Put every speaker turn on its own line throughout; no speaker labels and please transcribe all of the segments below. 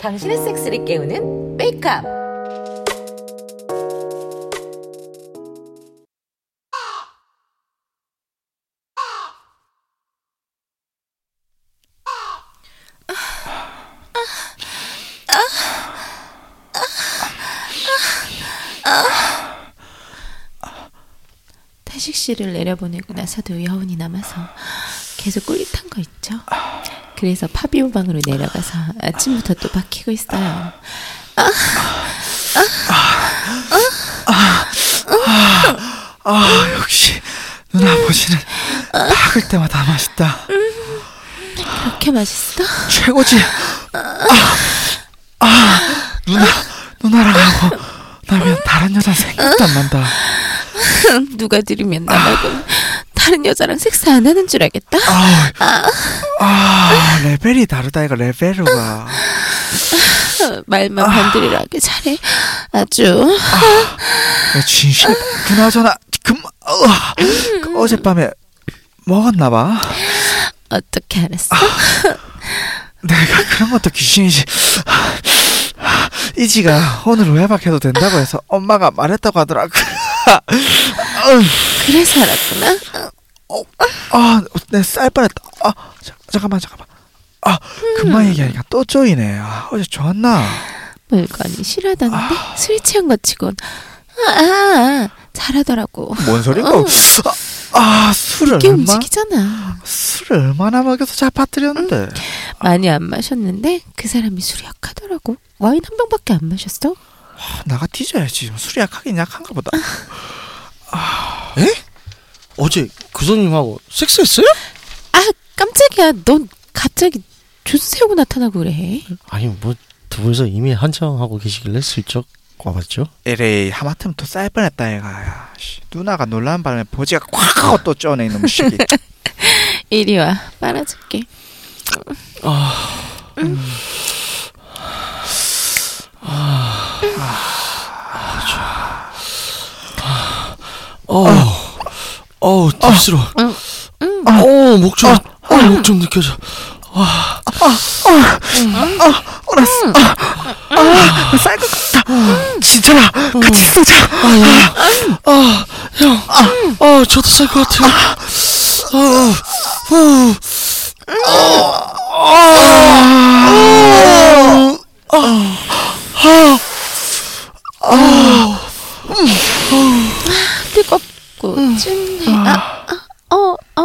당신의 섹스를 깨우는 메이크업.
태식 씨를 내려보내고 나서도 여운이 남아서 계속 꿀릿한 거 있죠. 그래서 파비오 방으로 내려가서 아침부터 또 박히고 있어요.
아 역시 눈아버지는 박을 때마다 맛있다
아, 그렇게 맛있어?
최고지 아, 아 누나 누나랑 하고 나면 다른 여자 생각도 안 난다
누가 들으면 나 말고 다른 여자랑 섹스 안 하는 줄 알겠다.
아우 아 레벨이 다르다 이거 레벨로가
말만 반들이라게 잘해. 아주
야, 진심 그나저나 금 어, 어젯밤에 먹었나봐
어떻게 알았어?
내가 그런 것도 귀신이지. 아, 이지가 오늘 외박해도 된다고 해서 엄마가 말했다고 하더라.
그래서 알았구나.
아, 내 쌀 뻔했다. 아, 자, 잠깐만, 잠깐만. 아,
음.
금방 얘기하니까 또 쪼이네. 아, 어제 좋았나?
물건이 실하다는데 술 취한 것 치곤 아, 아, 아, 잘하더라고.
뭔 소린가? 아, 아, 술을
음. 이게
얼마,
움직이잖아.
술을 얼마나 먹여서 잘
음.
빠뜨렸는데.
많이 안 마셨는데 그 사람이 술이 약하더라고. 와인 한 병밖에 안 마셨어?
아, 나가 뒤져야지. 술이 약하긴 약한가 보다.
에? 어제 교수님하고 섹스했어요?
아 깜짝이야. 넌 갑자기 조세우고 나타나고 그래.
아니 뭐 두 분이서 이미 한창 하고 계시길래 슬쩍 와봤죠.
LA 하마터면 또 쌀 뻔했다 얘가. 야, 씨, 누나가 놀란 바람에 보지가 콱 하고 또 쪼네 이놈 새끼.
이리 와. 빨아줄게.
어우 어우 덥스러.
응,
어 목좀 어, 목좀 느껴져.
음.
알았어. 아, 아, 쌀것 같다. 진짜라, 같이 쏘자.
음.
아 저도 쌀 것 같아요. 어,
뜨겁고 춥네. 아, 아, 어, 어,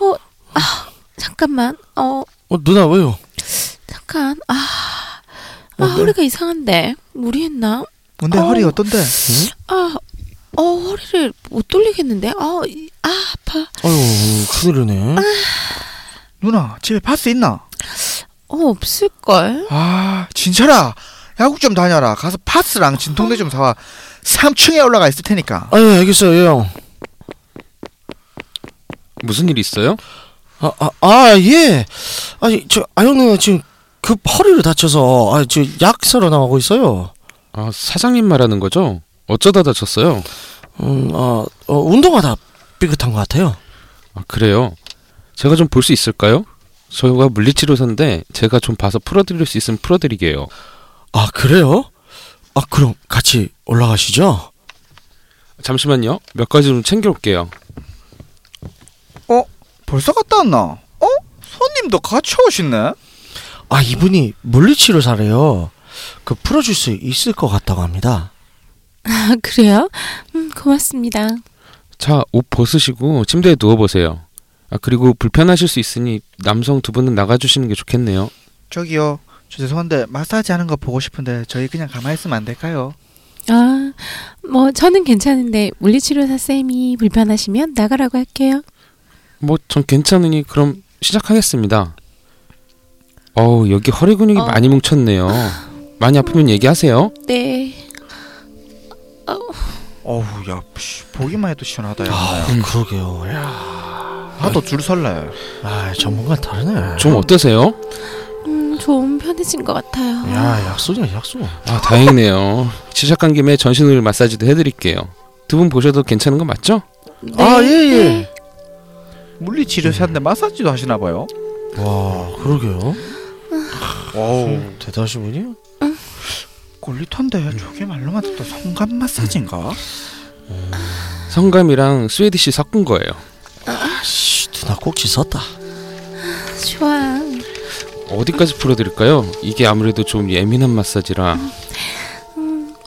어, 아, 잠깐만. 어,
어 누나 왜요?
잠깐. 아, 아 허리가 이상한데 무리했나?
뭔데
어.
허리 어떤데?
아, 어 허리를 못 돌리겠는데. 아, 이- 아 아파.
아유 큰일이네.
누나 집에 파스 있나?
어 없을 걸.
아 진짜라. 야구 좀 다녀라. 가서 파스랑 진통제 좀 사와. 3층에 올라가 있을 테니까.
아유 알겠어요 예, 형.
무슨 일 있어요?
아, 아아예 아니 저 아영 누나 지금 그 허리를 다쳐서 아저약 사러 나가고 있어요.
아, 사장님 말하는 거죠? 어쩌다 다쳤어요?
음아 어, 운동하다 삐끗한 것 같아요.
아, 그래요. 제가 좀 볼 수 있을까요? 저희가 물리치료사인데 제가 좀 봐서 풀어드릴 수 있으면 풀어드리게요.
아 그래요? 아 그럼 같이 올라가시죠.
잠시만요. 몇 가지 좀 챙겨올게요.
어? 벌써 갔다 왔나? 어? 손님도 같이 오시네.
아 이분이 물리치료사래요. 그 풀어줄 수 있을 것 같다고 합니다.
아 그래요? 음 고맙습니다.
자, 옷 벗으시고 침대에 누워보세요. 아, 그리고 불편하실 수 있으니 남성 두 분은 나가주시는 게 좋겠네요.
저기요. 저 죄송한데 마사지 하는 거 보고 싶은데 저희 그냥 가만히 있으면 안 될까요?
아, 뭐 저는 괜찮은데 물리치료사 쌤이 불편하시면 나가라고 할게요.
뭐, 전 괜찮으니 그럼 시작하겠습니다. 어우, 여기 허리 근육이
어.
많이 뭉쳤네요. 많이 아프면 얘기하세요.
네.
어우 야 씨, 보기만 해도 시원하다. 야.
아 그러게요. 야,
나도 줄 설레.
아 전문가 다르네.
좀 어떠세요?
음, 좀 편해진 것 같아요.
야 약속이야 약속.
아 다행이네요. 시작한 김에 전신우리 마사지도 해드릴게요. 두 분 보셔도 괜찮은 거 맞죠?
네,
아, 예, 예.
네.
물리치료사인데 마사지도 하시나 봐요.
와, 그러게요.
아,
음,
와우.
대단하신 분이요.
꼴리턴데 저게 말로만 듣다 성감 마사지인가?
성감이랑 스웨디시 섞은 거예요.
아씨, 누나 꼭지 썼다.
좋아.
어디까지 풀어드릴까요? 이게 아무래도 좀 예민한 마사지라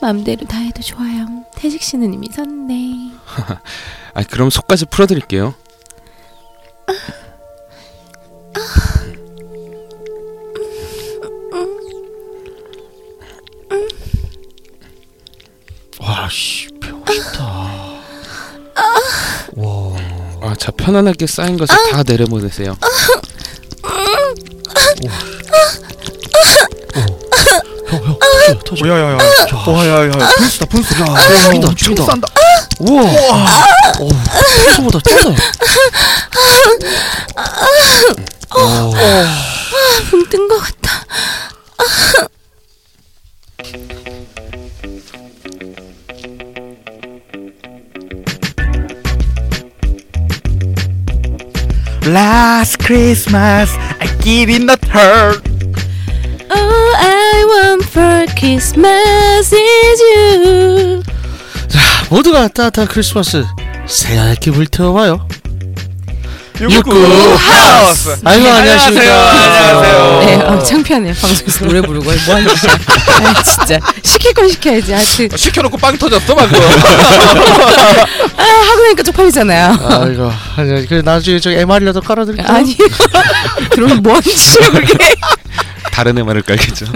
마음대로 다 해도 좋아요. 태식 씨는 이미 섰네.
아 그럼 속까지 풀어드릴게요.
와, 씨, 배고 싶다. 와,
아, 자 편안하게 쌓인 것을 다 내려보내세요.
형, 형, 터져, 터져.
야야야. 어, 와야야야. 분수다 분수. 아. 야.
죽인다, 죽인다.
싼다.
우와, 어, 평소보다 짜다.
음, 붕뜬 것 같아.
Last Christmas I give in the turn.
All I want for Christmas is you.
자, 모두가 따뜻한 크리스마스 새하얗게 불태워봐요.
육구 그 하우스.
아이고, 안녕하십니까.
네, 안녕하세요.
네, 어, 창피하네. 방송에서 노래 부르고 뭐 하는 짓이야. 아, 진짜 시킬 건 시켜야지. 아, 그,
시켜놓고 빵 터졌어 방금.
아 하고 나니까 쪽팔리잖아요.
아이고, 아니, 그래, 나중에 저 MR이라도 깔아드릴게요.
음. 아니 그러면 뭐 하는 짓이야 그게?
다른 애만을 깔겠죠.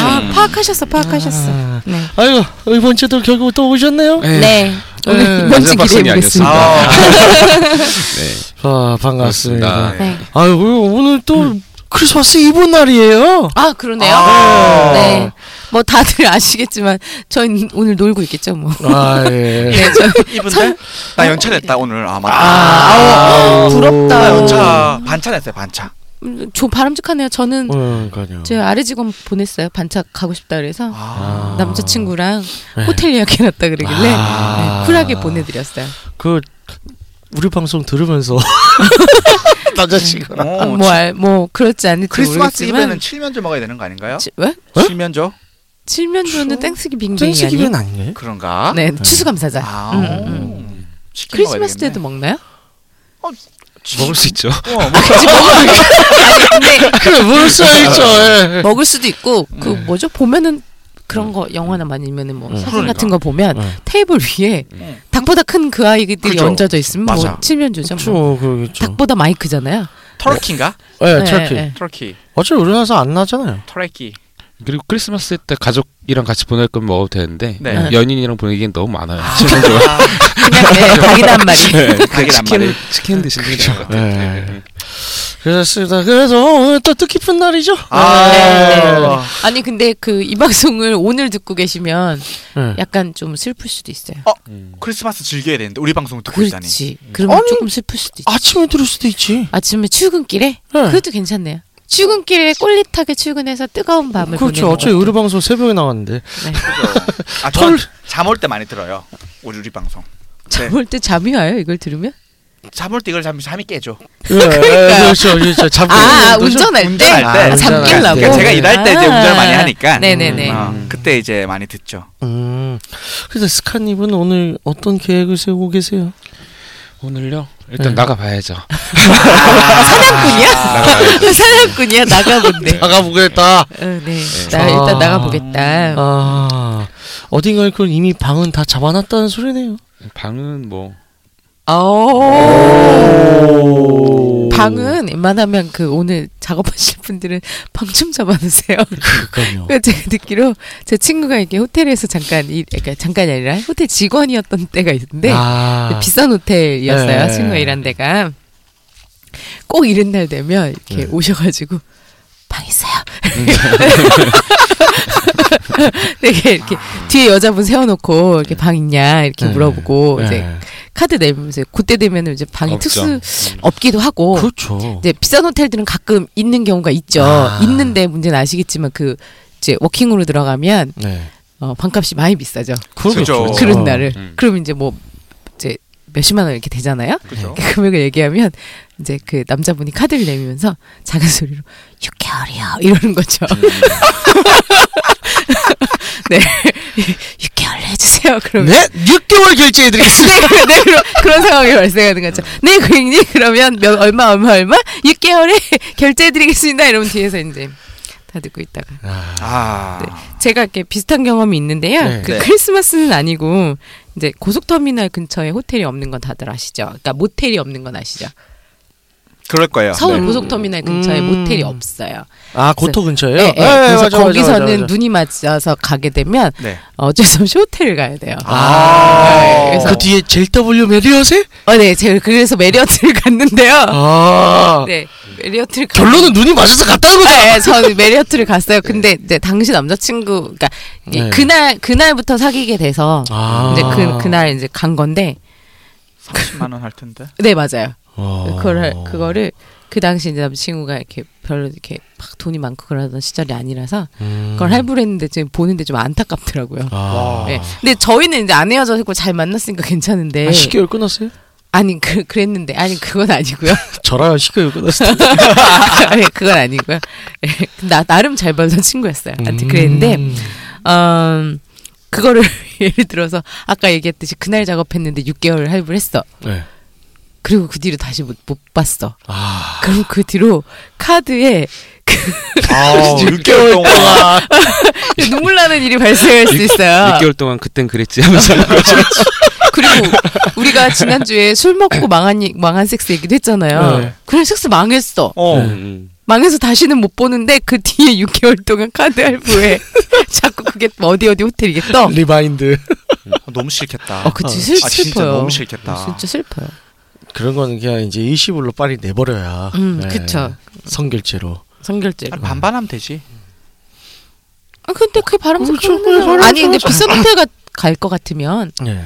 아 파악하셨어, 파악하셨어.
아,
네.
아이고, 이번 주도 결국 또 오셨네요.
네. 오늘
네,
이번 주
마지막 아, 박선이
기대해 보겠습니다.
아.
네,
아, 반갑습니다. 음.
맞습니다.
네.
아이고, 오늘 또 크리스마스 이브 날이에요.
아 그러네요. 네. 뭐 다들 아시겠지만 저희 오늘 놀고 있겠죠 뭐.
아, 예.
네, 저
이분데 나 연차냈다 오늘 아 맞다.
아우,
나
부럽다.
연차 반차냈어요 반차.
음, 저 바람직하네요. 저는
어, 그러니까요.
제 아래 직원 보냈어요. 반짝 가고 싶다 그래서
아. 네.
남자친구랑 호텔 예약해놨다 그러길래
아.
네, 쿨하게 보내드렸어요.
그 우리 방송 들으면서 남자친구.
아,
어,
뭐, 알, 뭐 그렇지 않을지
크리스마스
모르겠지만
이브에는 칠면조 먹어야 되는 거 아닌가요?
치, 왜?
칠면조
칠면조는 땡스기 빙빙이 아니에요?
땡스기면 아니네.
그런가?
네, 추수감사절.
아,
음, 음, 음.
치킨
크리스마스
먹어야
때도 뭐. 먹나요?
먹을 수 있죠.
되겠네. 어, 먹-
그래 물을 수 있죠. 예.
먹을 수도 있고 그
네.
뭐죠? 보면은 그런 거 영화나 아니면은 뭐 사진
그러니까.
같은 거 보면
음. 네.
테이블 위에
음.
닭보다 큰 그 아이들이
그죠.
얹어져 있으면
맞아.
뭐 칠면조죠. 뭐.
그렇죠, 그렇죠.
닭보다 마이크잖아요.
터키인가?
예,
네,
터키.
네.
터키,
어차피 우리 나서 안 나잖아요.
터키.
그리고 크리스마스 때 가족이랑 같이 보낼 건 먹어도 되는데
네.
연인이랑 보내기엔 너무 많아요.
네. 그냥 네, 닭이란 음, 말이.
닭이란 말이.
치킨 치킨 드시는 게 나을 것 같아요.
네. 그렇습니다. 그래서 오늘 또 뜻깊은 날이죠. 네.
아,
아니 근데 그 이 방송을 오늘 듣고 계시면
네.
약간 좀 슬플 수도 있어요.
음.
크리스마스 즐겨야 되는데 우리 방송 듣고 있다니.
그렇지. 그러면
아니.
조금 슬플 수도 있지.
아침에 들을 수도 있지.
아침에 출근길에
네.
그것도 괜찮네요. 출근길에 꼴릿하게 출근해서 뜨거운 밤을
그렇죠.
보내는
어차피
것도.
우리 방송 새벽에 나왔는데.
아,
털-
잠올 때 많이 들어요. 우리 우리 방송.
잠올 때 잠이 와요. 이걸 들으면?
잠올 때 이걸 잠 잠이 깨죠.
예, 예, 그렇죠. 그렇죠. 잡고
아,
있는 거죠?
운전할 때.
운전할 때.
아, 잠
운전할
깨려고.
때.
그러니까 제가 일할 때 이제
아.
운전을 많이 하니까.
네네네.
아, 그때 이제 많이 듣죠.
음. 근데 스카님은 오늘 어떤 계획을 세우고 계세요?
오늘요? 일단 나가봐야죠.
아, 사냥꾼이야? 사냥꾼이야 나가본데.
네. 나가보겠다.
어, 네. 나 일단
아.
나가보겠다.
어.
아, 어딘가에 그럼 이미 방은 다 잡아놨다는 소리네요.
방은 뭐
어. 오. 방은 웬만하면 그 오늘 작업하실 분들은 방 좀 잡아놓으세요.
그러니까요.
그 제가 듣기로 제 친구가 이게 호텔에서 잠깐 일, 그러니까 잠깐이 아니라 호텔 직원이었던 때가 있는데
아,
네. 그 비싼 호텔이었어요.
네.
친구가 일한 데가 꼭 이런 날 되면
네.
이렇게 오셔가지고 방 있어요.
음.
되게 이렇게 뒤에 여자분 세워놓고 이렇게 방 있냐 이렇게
네.
물어보고
네.
이제 카드 내면서 그때 되면 이제 방이
없죠.
특수 없기도 하고
음.
네.
그렇죠.
이제 비싼 호텔들은 가끔 있는 경우가 있죠.
아.
있는데 문제는 아시겠지만 그 이제 워킹으로 들어가면
네.
어, 방값이 많이 비싸죠.
그러겠죠.
그렇죠.
그죠. 어.
그런 날을
음.
그럼 이제 뭐 이제 몇십만 원 이렇게 되잖아요.
어?
그죠?
그 금액을 얘기하면 이제 그 남자분이 카드를 내밀면서 작은 소리로 6개월이요 이러는 거죠.
음.
네, 6개월 내주세요. 그러면
네? 6개월 결제해드리겠습니다.
네, 네, 그런, 그런 상황이 발생하는 거죠. 네, 고객님, 그러면 몇, 얼마, 얼마, 얼마? 6개월에 결제해드리겠습니다. 이러면 뒤에서 이제 다 듣고 있다가.
네.
아.
제가 이렇게 비슷한 경험이 있는데요.
네.
그
네.
크리스마스는 아니고, 이제 고속터미널 근처에 호텔이 없는 건 다들 아시죠? 그러니까 모텔이 없는 건 아시죠?
그럴 거예요.
서울
네.
고속터미널 근처에
아, 음.
모텔이 없어요.
아, 고토 근처에요?
예, 예.
아, 예,
네. 그래서
맞아, 맞아,
거기서는
맞아, 맞아.
눈이 맞아서 가게 되면
네. 어,
어쩔 수 없이 호텔을 가야 돼요.
아,
예, 그래서-
그 뒤에 JW 메리어세?
어, 네, 제가 그래서 메리어트를 갔는데요.
아,
네, 메리어트를 갔-
결론은 눈이 맞아서 갔다는 거죠.
네, 전 메리어트를 갔어요. 근데 이제 당시 남자친구, 그러니까 이
네.
그날 그날부터 사귀게 돼서
아.
이제 그 그날 이제 간 건데,
30만 원 할 텐데.
네 맞아요.
어.
그걸 그거를 그 당시 이제 남친구가 이렇게 별로 이렇게 막 돈이 많고 그러던 시절이 아니라서
음.
그걸 할부했는데 지금 보는데 좀 안타깝더라고요.
아.
네. 근데 저희는 이제 안 헤어져서 잘 만났으니까 괜찮은데
아, 10개월 끊었어요?
아니 그 그랬는데 아니 그건 아니고요.
저랑 10개월 끊었어요.
아니, 그건 아니고요. 예, 나 나름 잘 벌던 친구였어요. 아무튼 그랬는데
음.
음, 그거를 예를 들어서 아까 얘기했듯이 그날 작업했는데 6개월 할부를 했어.
네.
그리고 그 뒤로 다시 못, 못 봤어.
아.
그럼 그 뒤로 카드에
아, 6개월 동안.
눈물 나는 일이 발생할 수 있어요.
6개월 동안 그땐 그랬지 하면서 하는 거죠.
그리고 우리가 지난주에 술 먹고 망한, 이- 망한 섹스 얘기도 했잖아요.
네.
그럼 섹스 망했어.
어.
음.
망해서 다시는 못 보는데 그 뒤에 6개월 동안 카드 할부에 자꾸 그게 어디 어디 호텔이게 떠.
리마인드.
너무 싫겠다.
어, 그치. 슬, 슬퍼요. 어,
아, 진짜 너무 싫겠다.
진짜 슬퍼요.
그런 거는 그냥 이제 일시불로 빨리 내버려야. 네.
음, 그쵸.
성결제로.
성결제로.
아니, 반반하면 되지.
아 근데 그게 바람직한
그렇죠.
거죠.
그래서-
아니 근데 비싼 호텔가 갈 것 같으면 그
네.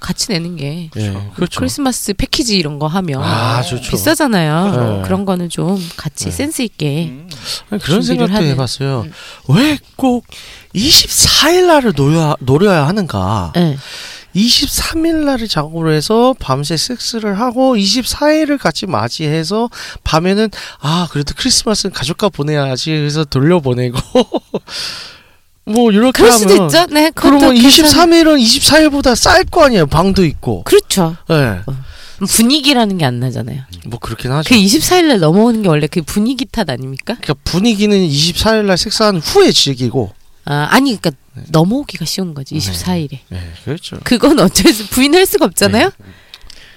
같이 내는 게
예, 그렇죠.
크리스마스 패키지 이런 거 하면
아, 좋죠.
뭐 비싸잖아요.
네.
그런 거는 좀 같이 센스 있게
음.
아니, 네,
준비를
그런
음.
생각도
하는.
해봤어요. 왜 꼭 24일 날을 노려, 노려야 하는가?
네.
23일 날을 작업을 해서 밤새 섹스를 하고 24일을 같이 맞이해서 밤에는 아 그래도 크리스마스는 가족과 보내야지 해서 돌려보내고 뭐 이렇게
그럴 수도
하면
있죠. 네, 그것도
그러면
괜찮-
23일은 24일보다 쌀 거 아니에요 방도 있고
그렇죠.
예뭐 뭐
분위기라는 게 안 나잖아요.
그렇긴 하죠
그 24일 날 넘어오는 게 원래 그 분위기 탓 아닙니까?
그러니까 분위기는 24일 날 섹스한 후에 즐기고
아, 아니 그러니까 넘어오기가 쉬운 거지 24일에.
네 그렇죠
그건 어쩔 수 부인할 수가 없잖아요.
네.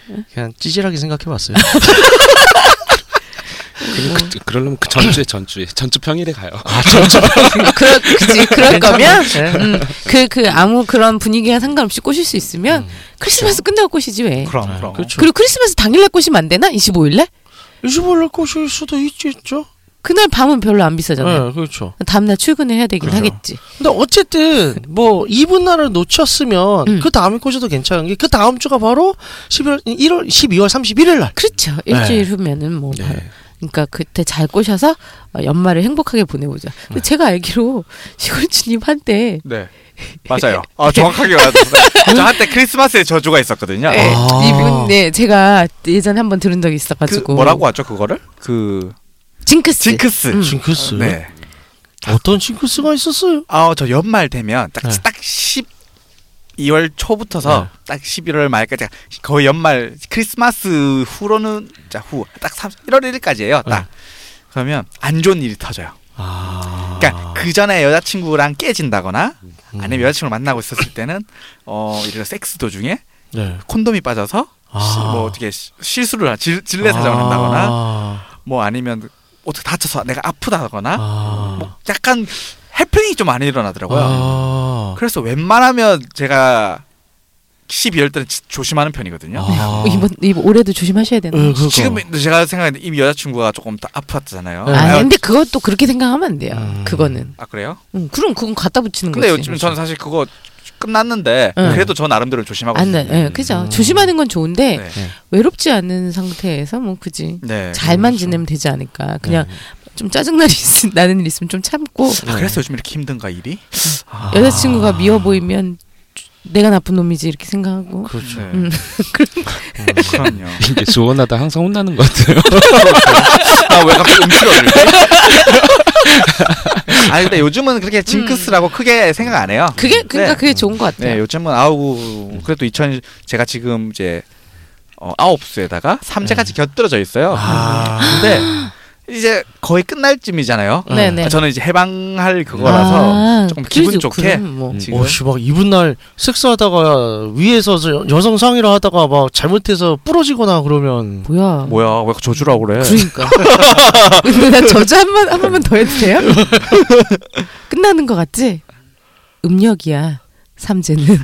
네.
그냥 찌질하게 생각해봤어요
그, 그러려면 그 전주에 전주에 전주 평일에 가요.
아, 그럴 그지 그럴 거면
네.
그 그 아무 그런 분위기랑 상관없이 꼬실 수 있으면 크리스마스 끝나고 꼬시지 왜?
그럼, 그럼.
음, 그렇죠
네. 그리고 크리스마스 당일날 꼬시면 안 되나? 25일날?
25일 날 꼬실 수도 있겠죠
그날 밤은 별로 안
예
비싸잖아요.
그렇죠
다음날 출근해야 되긴 하겠지.
근데 어쨌든 뭐 이분 날을 놓쳤으면
음.
그 다음에 꽂아도 괜찮은 게 그 다음 주가 바로 11월 1월 12월 31일 날.
그렇죠. 일주일
네.
후면은 뭐 바로. 그러니까 그때 잘 꼬셔서 어, 연말을 행복하게 보내보자.
네.
근데 제가 알기로 시골주님 한때
네. 맞아요. 아, 정확하게 맞았어요. 저 한때 크리스마스의 저주가 있었거든요. 어,
예,
아.
이분 네 제가 예전에 한번 들은 적이
그
있어가지고
뭐라고 하죠 그거를? 그
징크스.
징크스.
음.
음.
징크스.
네.
어떤 징크스가 있었어요?
아, 저 연말 되면 딱,
네.
딱 12월 초부터서
네.
딱 11월 말까지 거의 연말 크리스마스 후로는 자, 후. 딱 3, 1월 1일까지예요. 딱. 그러면 안 좋은 일이 터져요.
네. 아. 음.
그러니까 그 전에 여자친구랑 깨진다거나 아니면 여자친구를 만나고 있었을 때는 어, 예를 들어 섹스 도중에
네.
콘돔이 빠져서 시-
아.
뭐 어떻게 시- 실수를 하- 질, 진례 사정을 한다거나
아.
뭐 아니면 어떻게 다쳐서 내가 아프다거나
아.
어.
뭐 약간 해프닝이 좀 많이 일어나더라고요.
아.
그래서 웬만하면 제가 12월 때는 지- 조심하는 편이거든요.
아.
어, 이번 이번 올해도 조심하셔야
예,
되나?
그거.
지금 제가 생각하는데 이미 여자친구가 조금 더 아팠잖아요.
네.
아
아,
근데 그것도 그렇게 생각하면 안 돼요.
음.
그거는.
아, 그래요?
음, 그럼 그건 갖다 붙이는
근데
거지. 네.
요즘 저는 사실 그거 끝났는데
응.
그래도 저 나름대로 조심하고
안, 나-
있어요. 음.
예, 그죠. 조심하는 건 좋은데
네.
외롭지 않은 상태에서 뭐 그지
네.
잘만 지내면 되지 않을까. 그냥 좀 짜증 나는 일 나는 일 있으면 좀 참고
아, 그래서 요즘 이렇게 힘든가 일이?
여자친구가 미워 보이면 주- 내가 나쁜 놈이지 이렇게 생각하고
그렇죠.
음.
음.
그럼요.
이게 조언하다 항상 혼나는 것 같아요.
아왜 갑자기 음치를 올리지? 아니 근데 요즘은 그렇게 징크스라고 크게 생각 안 해요.
음. 그게 그러니까
네.
그게 좋은 것 같아요.
네, 요즘은 아우 그래도 2000 제가 지금 이제 어, 아홉 수에다가
네.
삼재까지 곁들여져 있어요.
아.
근데 이제 거의 끝날 쯤이잖아요.
네, 네.
저는 이제 해방할 그거라서
아,
조금 기분
그래도
좋게 음.
그럼 뭐.
지금
어, 씨, 막 이분 날 섹스하다가 위에서 저 여성 상의를 하다가 막 잘못해서 부러지거나 그러면
뭐야?
뭐야 왜 저주라고 그래?
아. 그러니까. 근데 난 저주 한번 한 번만 더 해도 돼요? 끝나는 것 같지? 음력이야. 삼재는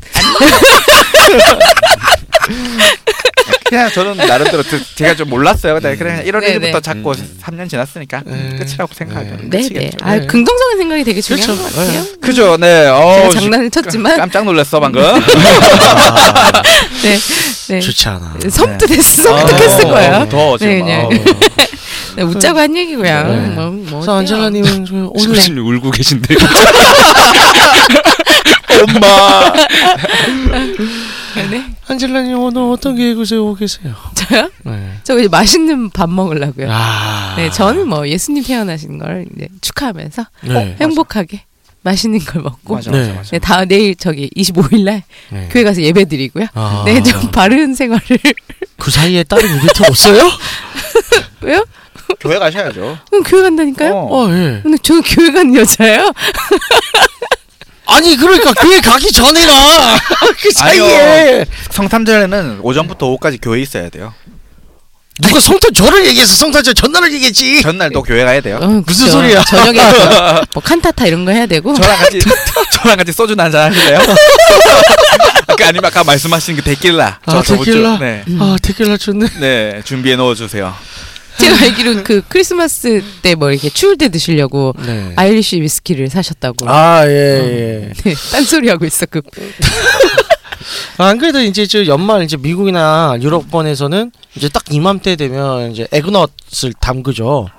그냥 저는 나름대로 드- 제가 좀 몰랐어요. 근데 그냥 1월
네,
1일부터
네.
자꾸
음.
3년 지났으니까
네.
끝이라고 생각하죠.
네.
네네.
끝이겠죠.
아
네.
긍정적인 생각이 되게 중요한
그렇죠.
것 같아요.
그죠, 네.
제가
어,
장난을 쳤지만
깜짝 놀랐어 방금.
네, 네.
좋지 않아.
섬뜩했어, 섬뜩했을
어,
거예요.
더워
네,
지금.
네.
어.
네, 웃자고 한 얘기고요.
네.
뭐, 뭐
그래서
어때요?
안젤라님은 그 오늘
지금 울고 계신데요.
엄마.
네.
안젤라님 오늘 어떤 계획을 세우고 계세요?
저요?
네.
저 이제 맛있는 밥 먹으려고요.
아.
네, 저는 어, 뭐 예수님 태어나신 걸 이제 축하하면서
네.
행복하게 맛있는 걸 먹고
맞아,
네.
맞아, 맞아.
네, 다 내일 저기 25일 날
네.
교회 가서 예배 드리고요.
아.
네, 좀 바른 생활을
그 사이에 다른 이벤트 없어요?
왜요?
교회 가셔야죠.
네. 그럼 교회 간다니까요.
어.
어, 예.
근데 저는 교회 간 여자예요.
아니 그러니까 교회 가기 전이라 그 사이에
성탐절에는 오전부터 오후까지 교회 있어야 돼요.
누가 성탄 절을 얘기해서 성탄절 전날을 얘기했지.
전날도 교회 가야 돼요.
어, 그렇죠.
소리야.
저녁에 뭐, 뭐 칸타타 이런 거 해야 되고.
저랑 같이 저랑 같이 소주 한잔 하실래요? 아까 아니면 아까 말씀하신 그 데킬라.
아
저번 주-
데킬라.
네.
아 데킬라 좋네.
네 준비해 넣어 주세요.
제가 알기로 그 크리스마스 때 뭐 이렇게 추울 때 드시려고
네.
아이리쉬 위스키를 사셨다고.
아, 예, 예.
네, 딴소리 하고 있어. 그
아, 안 그래도 이제 저 연말 이제 미국이나 유럽권에서는 이제 딱 이맘때 되면 이제 에그넛을 담그죠.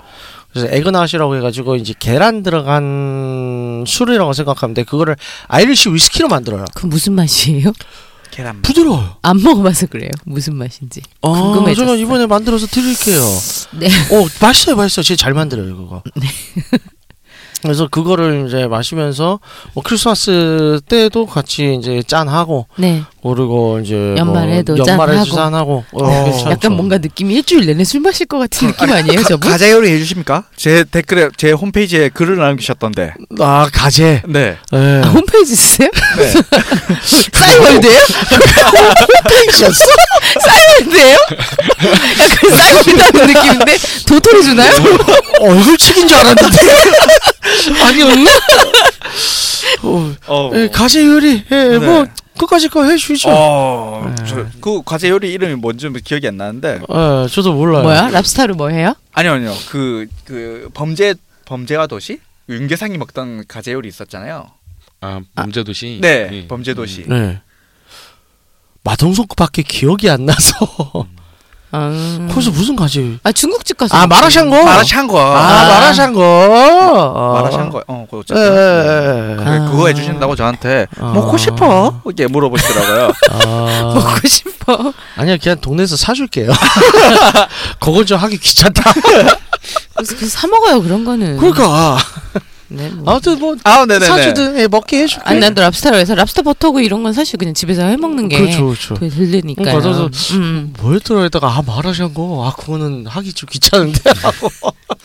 그래서 에그넛이라고 해가지고 이제 계란 들어간 술이라고 생각하는데 그거를 아이리시 위스키로 만들어요.
그 무슨 맛이에요?
계란.
부드러워요.
안 먹어봐서 그래요. 무슨 맛인지.
아,
궁금해졌어요.
저는 이번에 만들어서 드릴게요.
네.
어 맛있어요 맛있어요 진짜 잘 만들어요 그거 그래서 그거를 이제 마시면서 뭐 크리스마스 때도 같이 이제 짠하고
네.
그리고 이제
연말에도
뭐 연말에도
짠하고.
짠하고 어, 괜찮죠.
약간 뭔가 느낌이 일주일 내내 술 마실 것 같은 느낌 아니에요,
뭐?
저분?
가자 요리 해주십니까? 제 댓글에 제 홈페이지에 글을 남기셨던데.
아 가재
네.
예.
아, 홈페이지 있어요?
네.
싸이월드예요? 홈페이지였어? 싸이월드예요?
네.
약간 싸이월드하는 느낌인데 도토리 주나요?
얼굴치긴 줄 알았는데 아니었나? 어,
어.
예, 가재 요리 예,
네.
뭐 끝까지 거 해주시죠
어.
네.
저, 그 과제 요리 이름이 뭔지 기억이 안 나는데.
예, 저도 몰라요
뭐야? 랍스타로 뭐 해요?
아니요 아니요. 그 그 범죄 범죄와 도시 윤계상이 먹던 과제 요리 있었잖아요.
아 범죄도시.
네.
예.
범죄 도시.
네. 마동석밖에 기억이 안 나서
아,
거기서 무슨 가재
아 중국집 가서
아
먹-
마라샹궈
마라샹궈.
아,
아.
마라샹궈.
마라샹궈. 어, 그거
예, 예, 예.
아.
그- 그거 해주신다고 저한테
아.
먹고 싶어 이렇게 물어보시더라고요.
아.
먹고 싶어.
아니야, 그냥 동네에서 사줄게요. 그건 좀 하기 귀찮다.
그래서 그사 먹어요 그런 거는.
그러니까.
음. 네. 뭐.
아무튼 뭐
아, 네네네.
사주든 예, 먹게 해줄게.
아니 나도 랍스타로 해서 랍스타 버터구 이런 건 사실 그냥 집에서 해 먹는 게
그렇죠, 그렇죠.
더 들리니까.
그러니까 저도-
음,
뭐였더라 했다가 아 마라샹궈 아 그거는 하기 좀 귀찮은데 하고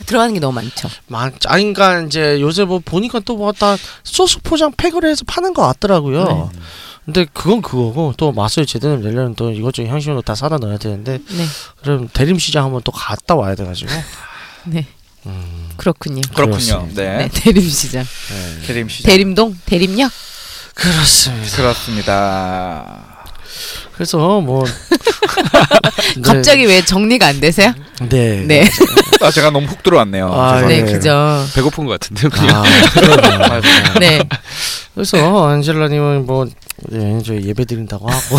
들어가는 게 너무 많죠.
막 아니까 이제 요새 뭐 보니까 또 뭐다 소스 포장 팩으로 해서 파는 것 같더라고요. 근데 그건 그거고 또 맛을 제대로 내려면 또 이것저것 향신료 다 사다 넣어야 되는데
네.
그럼 대림시장 한번 또 갔다 와야 돼가지고
네.
음.
그렇군요.
그렇군요.
그렇습니다.
네,
네.
대림시장.
대림 시장.
대림동, 대림역.
그렇습니다.
그렇습니다.
그래서 뭐 네.
갑자기 왜 정리가 안 되세요?
네.
네,
아, 제가 너무 훅 들어왔네요.
아,
죄송합니다.
네,
네.
그죠.
배고픈 것 같은데요. 그냥.
아, 그러네요.
네,
그래서 안젤라님은 뭐 네, 저 예배 드린다고 하고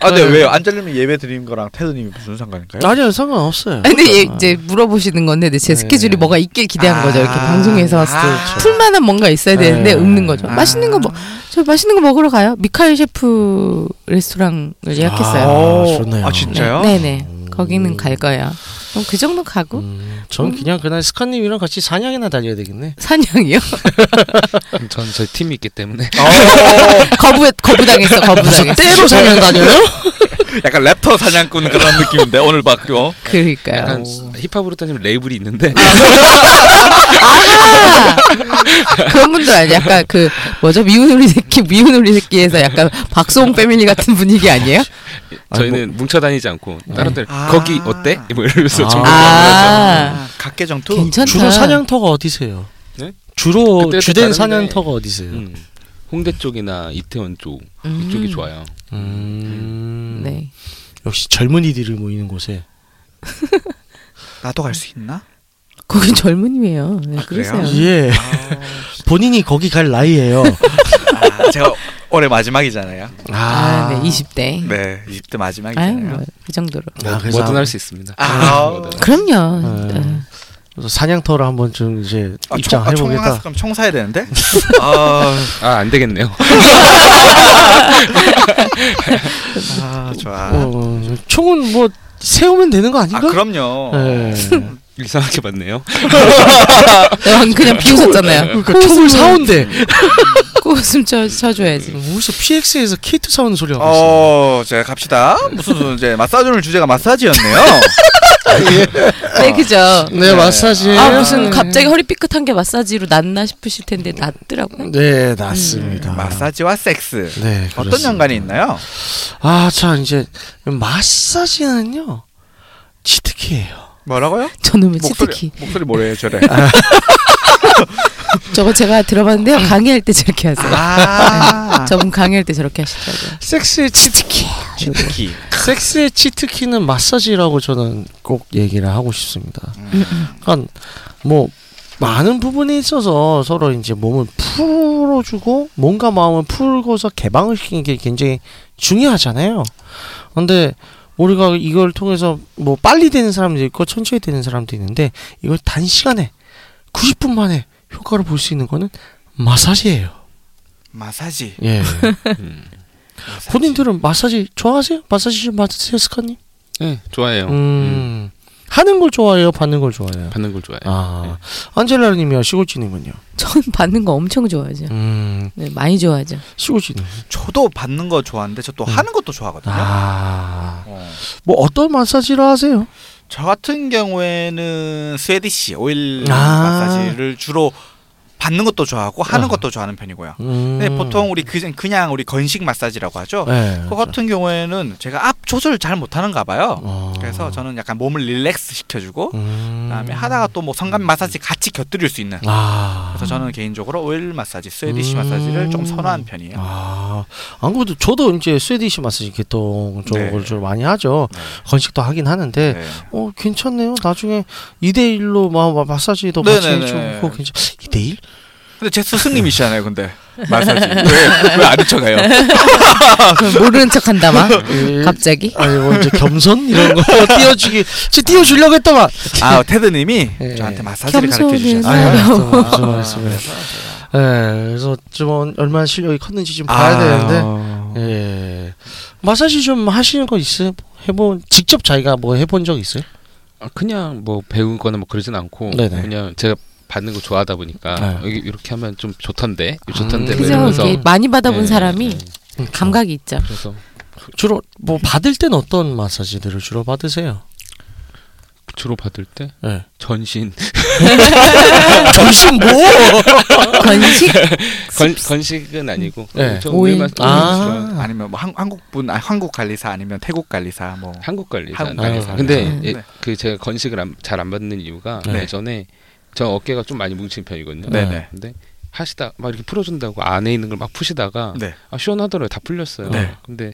아, 네, 왜요? 안 잘리면 예배 드리는 거랑 태도님이 무슨 상관인가요?
아니요 상관없어요.
아니, 근데 얘 이제 물어보시는 건데 근데 제
네.
스케줄이 뭐가 있길 기대한 거죠. 이렇게
아,
방송에서 왔을 때
그렇죠.
풀만한 뭔가 있어야
네.
되는데 없는 거죠.
아.
맛있는 거 먹, 저 맛있는 거 먹으러 가요. 미카엘 셰프 레스토랑을 예약했어요.
아,
오,
좋네요.
아, 진짜요?
네네. 거기는 갈 거예요. 그럼 그 정도 가고
음, 전 그냥 그날 스카님이랑 같이 사냥이나 다녀야 되겠네.
사냥이요?
아, 전제 팀이 있기 때문에
아.
어,
거부 거부당했어. 거부당했어.
때로 사냥 다녀요?
약간 랩터 사냥꾼 그런 느낌인데 오늘 봤고.
그러니까요.
약간 힙합으로 따지면 레이블이 있는데
아! 그런 분들 아니 약간 그 뭐죠 미운 우리 새끼 미운 우리 새끼에서 약간 박소홍 패밀리 같은 분위기 아니에요?
저희는 뭉쳐 다니지 않고 다른 데
아.
거기 어때? 뭐 이러면서
아.
정보
아
그렇죠. 각계 정투.
괜찮다.
주로 사냥터가 어디세요?
네?
주로
그때도
주된
다른데.
사냥터가 어디세요? 음.
음. 홍대 쪽이나 이태원 쪽
음.
이쪽이 좋아요.
네.
음. 역시 젊은이들이 모이는 곳에.
나도 갈 수 있나?
거긴 젊은이에요. 네, 그러세요.
그래요?
예. 본인이 거기 갈 나이예요.
아, 제가 올해 마지막이잖아요.
아, 네, 20대.
네, 20대
아유,
마지막이잖아요.
뭐, 그 정도로.
아, 그래서
뭐든 할 수 있습니다.
아.
뭐든.
그럼요.
네. 그래서 사냥터를 한번 좀 이제
아, 총, 아, 총 하나
입장해보겠다.
그럼 총 사야 되는데. 아,
아 안 되겠네요.
아, 좋아.
어, 어, 총은 뭐 세우면 되는 거
아,
아닌가?
그럼요.
예.
이상하게 봤네요.
네, 그냥 비웃었잖아요.
그러니까 총을 사온대. 음,
웃음 쳐, 쳐줘야지.
어디서 PX에서 케이트 사오는 소리 하고 있어.
어, 제가 갑시다. 무슨 이제 마사지 오늘 주제가 마사지였네요.
네, 그죠.
네, 마사지.
아, 무슨 갑자기 허리 삐끗한 게 마사지로 낫나 싶으실 텐데 낫더라고요.
네, 났습니다.
마사지와 섹스.
네,
음. 어떤
그렇습니다.
연관이 있나요?
아, 참 이제 마사지는요. 치트키예요.
뭐라고요?
저놈의 치트키.
목소리 뭐래요, 저래.
저거 제가 들어봤는데요. 강의할 때 저렇게 하세요.
네.
아,
저분 강의할 때 저렇게 하시더라고요.
섹스의 치트키.
치트키.
섹스의 치트키는 마사지라고 저는 꼭 얘기를 하고 싶습니다. 그러니까 뭐 많은 부분에 있어서 서로 이제 몸을 풀어주고 몸과 마음을 풀고서 개방을 시키는 게 굉장히 중요하잖아요. 근데 우리가 이걸 통해서 뭐 빨리 되는 사람도 있고 천천히 되는 사람도 있는데 이걸 단시간에 90분 만에 효과를 볼 수 있는 거는 마사지예요.
마사지.
예.
음.
본인들은 마사지 좋아하세요? 마사지 좀 받으세요, 스카님?
네
어.
좋아해요. 음.
음. 하는 걸 좋아해요, 받는 걸 좋아해요?
받는 걸 좋아해요.
아,
네.
안젤라님이요, 시골지님은요?
전 받는 거 엄청 좋아하죠.
음,
네, 많이 좋아하죠.
시골지님.
저도 받는 거 좋아하는데 저
네.
또 하는 것도 좋아하거든요.
아,
어.
뭐 어떤 마사지를 하세요?
저 같은 경우에는 스웨디시 오일
아.
마사지를 주로 받는 것도 좋아하고 하는
어.
것도 좋아하는 편이고요.
음.
근데 보통 우리 그, 그냥 우리 건식 마사지라고 하죠.
네,
그
그렇죠.
같은 경우에는 제가 앞 조절 잘 못하는가 봐요.
어.
그래서 저는 약간 몸을 릴렉스 시켜주고
음.
그다음에 하다가 또 뭐 성간 마사지 같이 곁들일 수 있는.
아,
그래서 저는 개인적으로 오일 마사지, 스웨디시
음.
마사지를 좀 선호한 편이에요.
아, 안 그래도 저도 이제 스웨디시 마사지 개통 쪽을
네.
좀 많이 하죠.
네.
건식도 하긴 하는데,
네.
어 괜찮네요. 나중에 2대 1로 마, 마, 마사지도
네네네.
같이 해주고 괜찮. 2대 1?
근데 제 스승님이시잖아요, 근데 마사지 왜왜안 쳐가요?
모르는 척한다 마.
예.
갑자기.
아니 뭐 이제 겸손 이런 거 띄워주기, 저 띄워주려고 했더만.
아 테드님이
예.
저한테 마사지를
겸손해서.
가르쳐 주셨어요.
네. 아유, 또 무슨
그래서
말씀을. 예, 그래서 좀 얼마나 실력이 컸는지 좀 봐야 되는데. 예, 마사지 좀 하시는 거 있어요? 해본 직접 자기가 뭐 해본 적 있어요?
아, 그냥 뭐 배우거나 뭐 그러진 않고
네네.
그냥 제가 받는 거 좋아하다 보니까
네.
여기 이렇게 하면 좀 좋던데 이거
음.
좋던데 뭐
그죠.
이러면서
이게 많이 받아본
예,
사람이
예.
감각이 있죠.
그래서
주로 뭐 받을 땐 어떤 마사지들을 주로 받으세요?
주로 받을 때
예.
전신
전신 뭐?
건식
건, 건식은 아니고
네.
좀
오일.
일반-
아.
아니면 뭐 한, 한국분 아 한국 관리사 아니면 태국 관리사 뭐
한국 관리사
한국
관리사.
근데
음.
예,
네.
그 제가 건식을 잘 안 받는 이유가
네.
예전에 저 어깨가 좀 많이 뭉친 편이거든요
네네.
근데 하시다 막 이렇게 풀어준다고 안에 있는 걸 막 푸시다가
네.
아, 시원하더라고요 다 풀렸어요
네.
근데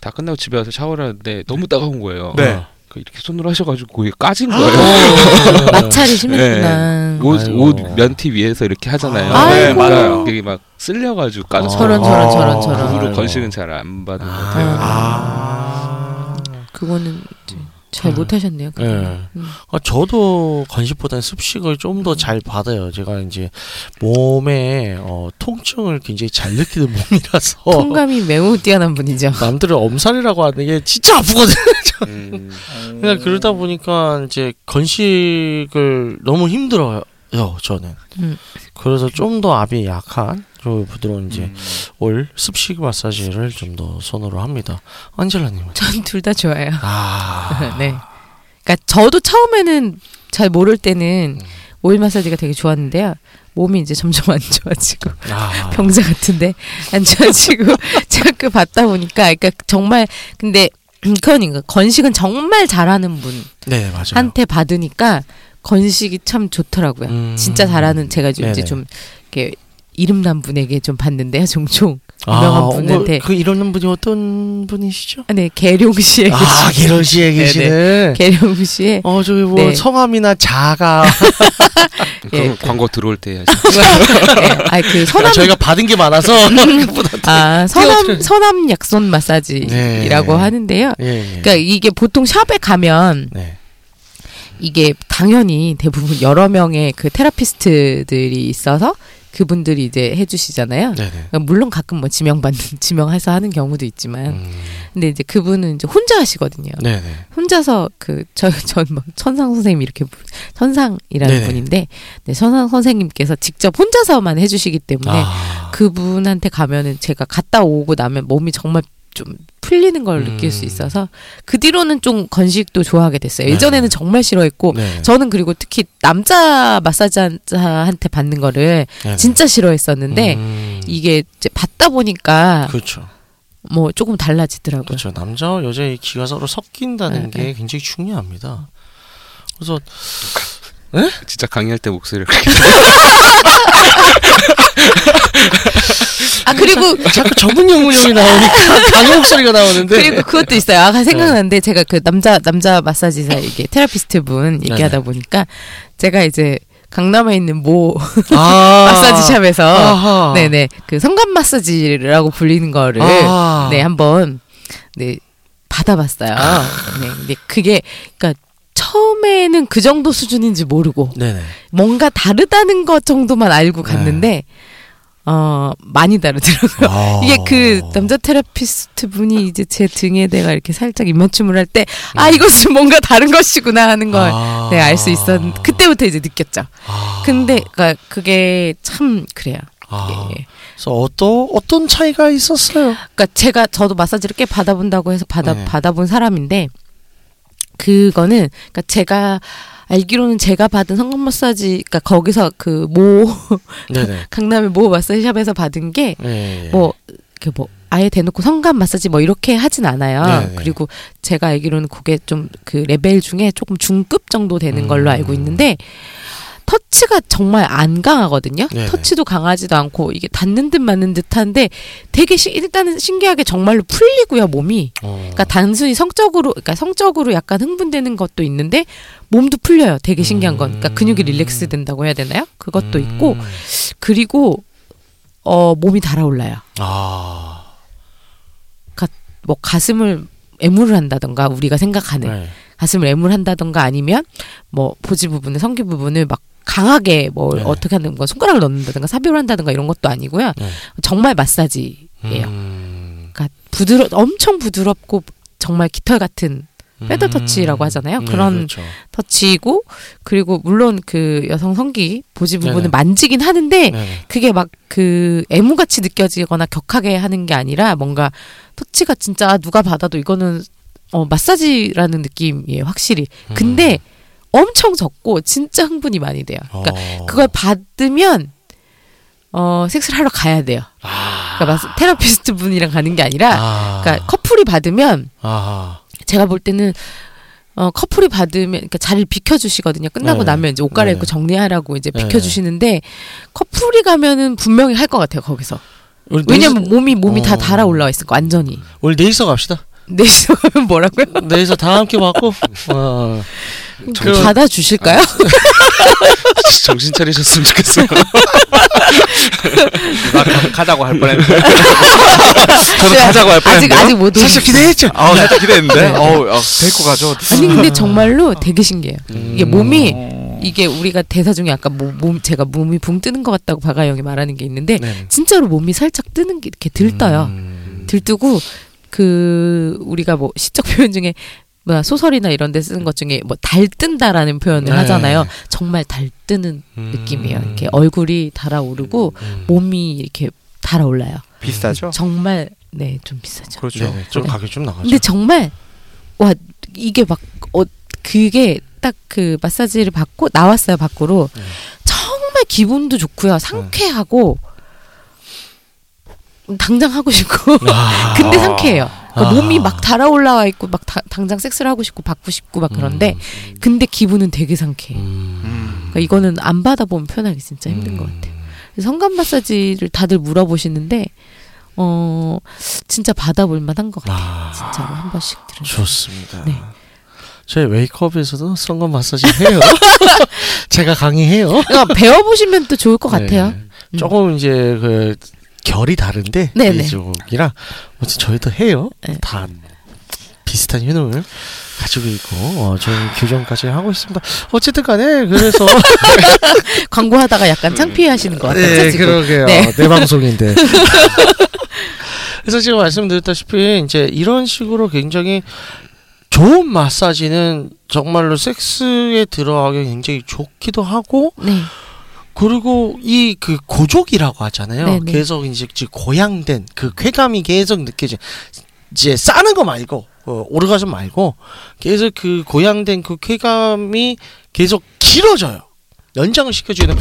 다 끝나고 집에 와서 샤워를 하는데 너무 따가운 거예요
네. 아.
그 이렇게 손으로 하셔가지고 거기 까진 거예요.
마찰이 심했구나.
옷,
아이고.
옷 면티 위에서 이렇게 하잖아요.
아, 네, 아이고.
맞아요.
그게 막 쓸려가지고 까졌어요.
저런 저런 저런
아.
저런.
그
아이고.
어.
후로 건식은 잘 안 받은 것 같아요.
아
그거는 이제 잘
음.
못하셨네요.
예.
그거는. 음.
아, 저도 건식보다는 습식을 좀 더 잘 받아요. 제가 이제 몸에 어, 통증을 굉장히 잘 느끼는 몸이라서
통감이 매우 뛰어난 분이죠.
남들은 엄살이라고 하는 게 진짜 아프거든.
음.
그러니까 그러다 보니까 이제 건식을 너무 힘들어요. 저는.
음.
그래서 좀 더 압이 약한 좀 부드러운 이제
음.
올 습식 마사지를 좀 더 선호를 합니다. 안젤라님은
전 둘 다 좋아요.
아
네. 그러니까 저도 처음에는 잘 모를 때는 오일 마사지가 되게 좋았는데요. 몸이 이제 점점 안 좋아지고
아.
병자 같은데 안 좋아지고 자꾸 받다 보니까 그러니까 정말 근데 그런 인가 건식은 정말 잘하는
네 맞아요.
분한테 받으니까 건식이 참 좋더라고요.
음.
진짜 잘하는 제가 좀 이제
네네.
좀 이렇게 이름난 분에게 좀 봤는데요 종종
아,
유명한
어,
분한테.
그 이러는 분이 어떤 분이시죠?
아, 네 계룡 씨에게
아 예. 계룡 씨에
그렇죠. 네네.
계시는.
계룡 씨의
어 저기 뭐
네.
성함이나 자가
그럼
예.
광고 들어올 때 해야지.
네, 아그 선암
저희가 받은 게 많아서
아 선암 선암 약손 마사지라고
네.
하는데요.
예, 예.
그러니까 이게 보통 샵에 가면
네.
이게 당연히 대부분 여러 명의 그 테라피스트들이 있어서 그분들이 이제 해주시잖아요.
네네.
그러니까 물론 가끔 뭐 지명받는 지명해서 하는 경우도 있지만
음,
근데 이제 그분은 이제 혼자 하시거든요.
네네.
혼자서 그저전뭐 천상 선생님 이렇게 부- 천상이라는
네네.
분인데 네, 천상 선생님께서 직접 혼자서만 해주시기 때문에
아,
그분한테 가면은 제가 갔다 오고 나면 몸이 정말 좀 풀리는 걸 느낄 수
음.
있어서 그 뒤로는 좀 건식도 좋아하게 됐어요.
네.
예전에는 정말 싫어했고
네.
뭐 저는 그리고 특히 남자 마사지한테 받는 거를
네네.
진짜 싫어했었는데
음,
이게 이제 받다 보니까
그렇죠.
뭐 조금 달라지더라고요.
그렇죠. 남자와 여자의 기가 서로
네,
섞인다는 게 굉장히 중요합니다. 그래서
진짜 강의할 때 목소리를 그렇게
아 그리고
자꾸 전문 영문형이 나오니까 강의 목소리가 나오는데
그리고 그것도 있어요. 아까 생각났는데
네.
제가 그 남자 남자 마사지사 이게 테라피스트 분 얘기하다
네네.
보니까 제가 이제 강남에 있는 모
아,
마사지 샵에서
아하.
네네 그 성간 마사지라고 불리는 거를
아.
네 한번 네 받아봤어요. 네 근데 그게 그러니까 처음에는 그 정도 수준인지 모르고
네네.
뭔가 다르다는 것 정도만 알고
네.
갔는데 어 많이 다르더라고요.
아.
이게 그 남자 테라피스트 분이 이제 제 등에 내가 이렇게 살짝 입맞춤을 할 때 아 이것은 뭔가 다른 것이구나 하는 걸
네. 아.
네, 알 수 있었. 그때부터 이제 느꼈죠.
아.
근데 그러니까 그게 참 그래요.
아.
예.
그래서 어떤 어떤 차이가 있었어요?
그러니까 제가 저도 마사지를 꽤 받아본다고 해서 받아
네.
받아본 사람인데 그거는 그러니까 제가 알기로는 제가 받은 성공 마사지 그러니까 거기서 그 모
네네.
강남의 모 마사지샵에서 받은 게
예, 예.
뭐, 이렇게 뭐, 아예 대놓고 성간 마사지 뭐 이렇게 하진 않아요.
네네.
그리고 제가 알기로는 그게 좀 그 레벨 중에 조금 중급 정도 되는
음.
걸로 알고 있는데, 터치가 정말 안 강하거든요.
네네.
터치도 강하지도 않고, 이게 닿는 듯 맞는 듯 한데, 되게 시- 일단은 신기하게 정말로 풀리고요, 몸이.
어.
그러니까 단순히 성적으로, 그러니까 성적으로 약간 흥분되는 것도 있는데, 몸도 풀려요. 되게 신기한 건. 그러니까 근육이 릴렉스 된다고 해야 되나요? 그것도 있고,
음.
그리고, 어, 몸이 달아올라요.
아.
뭐 가슴을 애무를 한다던가 우리가 생각하는
네.
가슴을 애무를 한다던가 아니면 뭐 보지 부분을 성기 부분을 막 강하게 뭐
네네.
어떻게 하는 건 손가락을 넣는다든가 삽입을 한다든가 이런 것도 아니고요
네.
정말 마사지예요
음.
그러니까 부드러 엄청 부드럽고 정말 깃털 같은 패드 터치라고 하잖아요. 그런
음.
예.
그렇죠.
터치이고 그리고 물론 그 여성 성기 보지 부분을
네네.
만지긴 하는데
네네.
그게 막 그 애무같이 느껴지거나 격하게 하는 게 아니라 뭔가 터치가 진짜 누가 받아도 이거는 어, 마사지라는 느낌이에요, 확실히.
음.
근데 엄청 적고 진짜 흥분이 많이 돼요. 그러니까
어.
그걸 받으면 어, 섹스를 하러 가야 돼요.
아.
그러니까 마사- 테라피스트 분이랑 가는 게 아니라
아.
그러니까 커플이 받으면
아하.
제가 볼 때는 어, 커플이 받으면 그러니까 자리를 비켜주시거든요. 끝나고
네.
나면 이제 옷 갈아입고
네.
정리하라고 이제
네.
비켜주시는데 커플이 가면은 분명히 할 것 같아요 거기서.
우리
왜냐면 몸이 몸이 다
어.
달아 올라와 있을 거 완전히.
우리 내일서 갑시다.
내시서 가면 뭐라고요?
내일서 다 함께 받고. 어.
정신,
받아주실까요?
정신 차리셨으면 좋겠어요.
누가 가- 가자고 할 뻔했는데.
저도 가자고 할
아직
뻔했는데요.
아직 못 오셨.
살짝 기대했죠. 아, 살짝 기대했는데. 어우, 어, 데리고 가죠.
네. 아니 네. 근데 정말로 되게 신기해요. 이게 몸이
음.
이게 우리가 대사 중에 아까 뭐, 몸 제가 몸이 붕 뜨는 것 같다고 박아영이 말하는 게 있는데
네.
진짜로 몸이 살짝 뜨는 게 이렇게 들떠요.
음.
들뜨고 그 우리가 뭐 시적 표현 중에 뭐 소설이나 이런 데 쓰는 것 중에 뭐 달뜬다라는 표현을
네.
하잖아요. 정말 달뜨는 느낌이에요. 이렇게 얼굴이 달아오르고
음.
몸이 이렇게 달아올라요.
비슷하죠?
정말 네 좀 비싸죠.
그렇죠.
네네, 좀
네.
가격 좀 나가죠.
근데 정말 와 이게 막 어, 그게 딱 그 마사지를 받고 나왔어요 밖으로
네.
정말 기분도 좋고요 상쾌하고 당장 하고 싶고
아.
근데 상쾌해요 그러니까
아.
몸이 막 달아올라와 있고 막 다- 당장 섹스를 하고 싶고 받고 싶고 막 그런데 근데 기분은 되게 상쾌해
음.
음.
그러니까 이거는 안 받아보면 표현하기 진짜 힘든 것 같아요 그래서 성간 마사지를 다들 물어보시는데 어 진짜 받아볼 만한 것 같아요
아,
진짜로 한 번씩 들으면
좋습니다.
네.
저희 웨이크업에서도 선건 마사지 해요. 제가 강의해요.
그러니까 배워보시면 또 좋을 것
네.
같아요. 음.
조금 이제 그 결이 다른데
네네.
이쪽이랑 어쨌든 저희도 해요.
네.
다 비슷한 효능을 가지고 있고 어, 저희 교정까지 하고 있습니다. 어쨌든간에 그래서
광고하다가 약간 창피해하시는 것 같아요.
네,
지금.
그러게요.
네.
내 방송인데. 그래서 지금 말씀드렸다시피 이제 이런 식으로 굉장히 좋은 마사지는 정말로 섹스에 들어가기 굉장히 좋기도 하고
네,
그리고 이 그 고족이라고 하잖아요.
네네.
계속 이제 지- 고양된 그 쾌감이 계속 느껴지. 이제 싸는 거 말고 어, 오르가즘 말고 계속 그 고양된 그 쾌감이 계속 길어져요. 연장을 시켜주는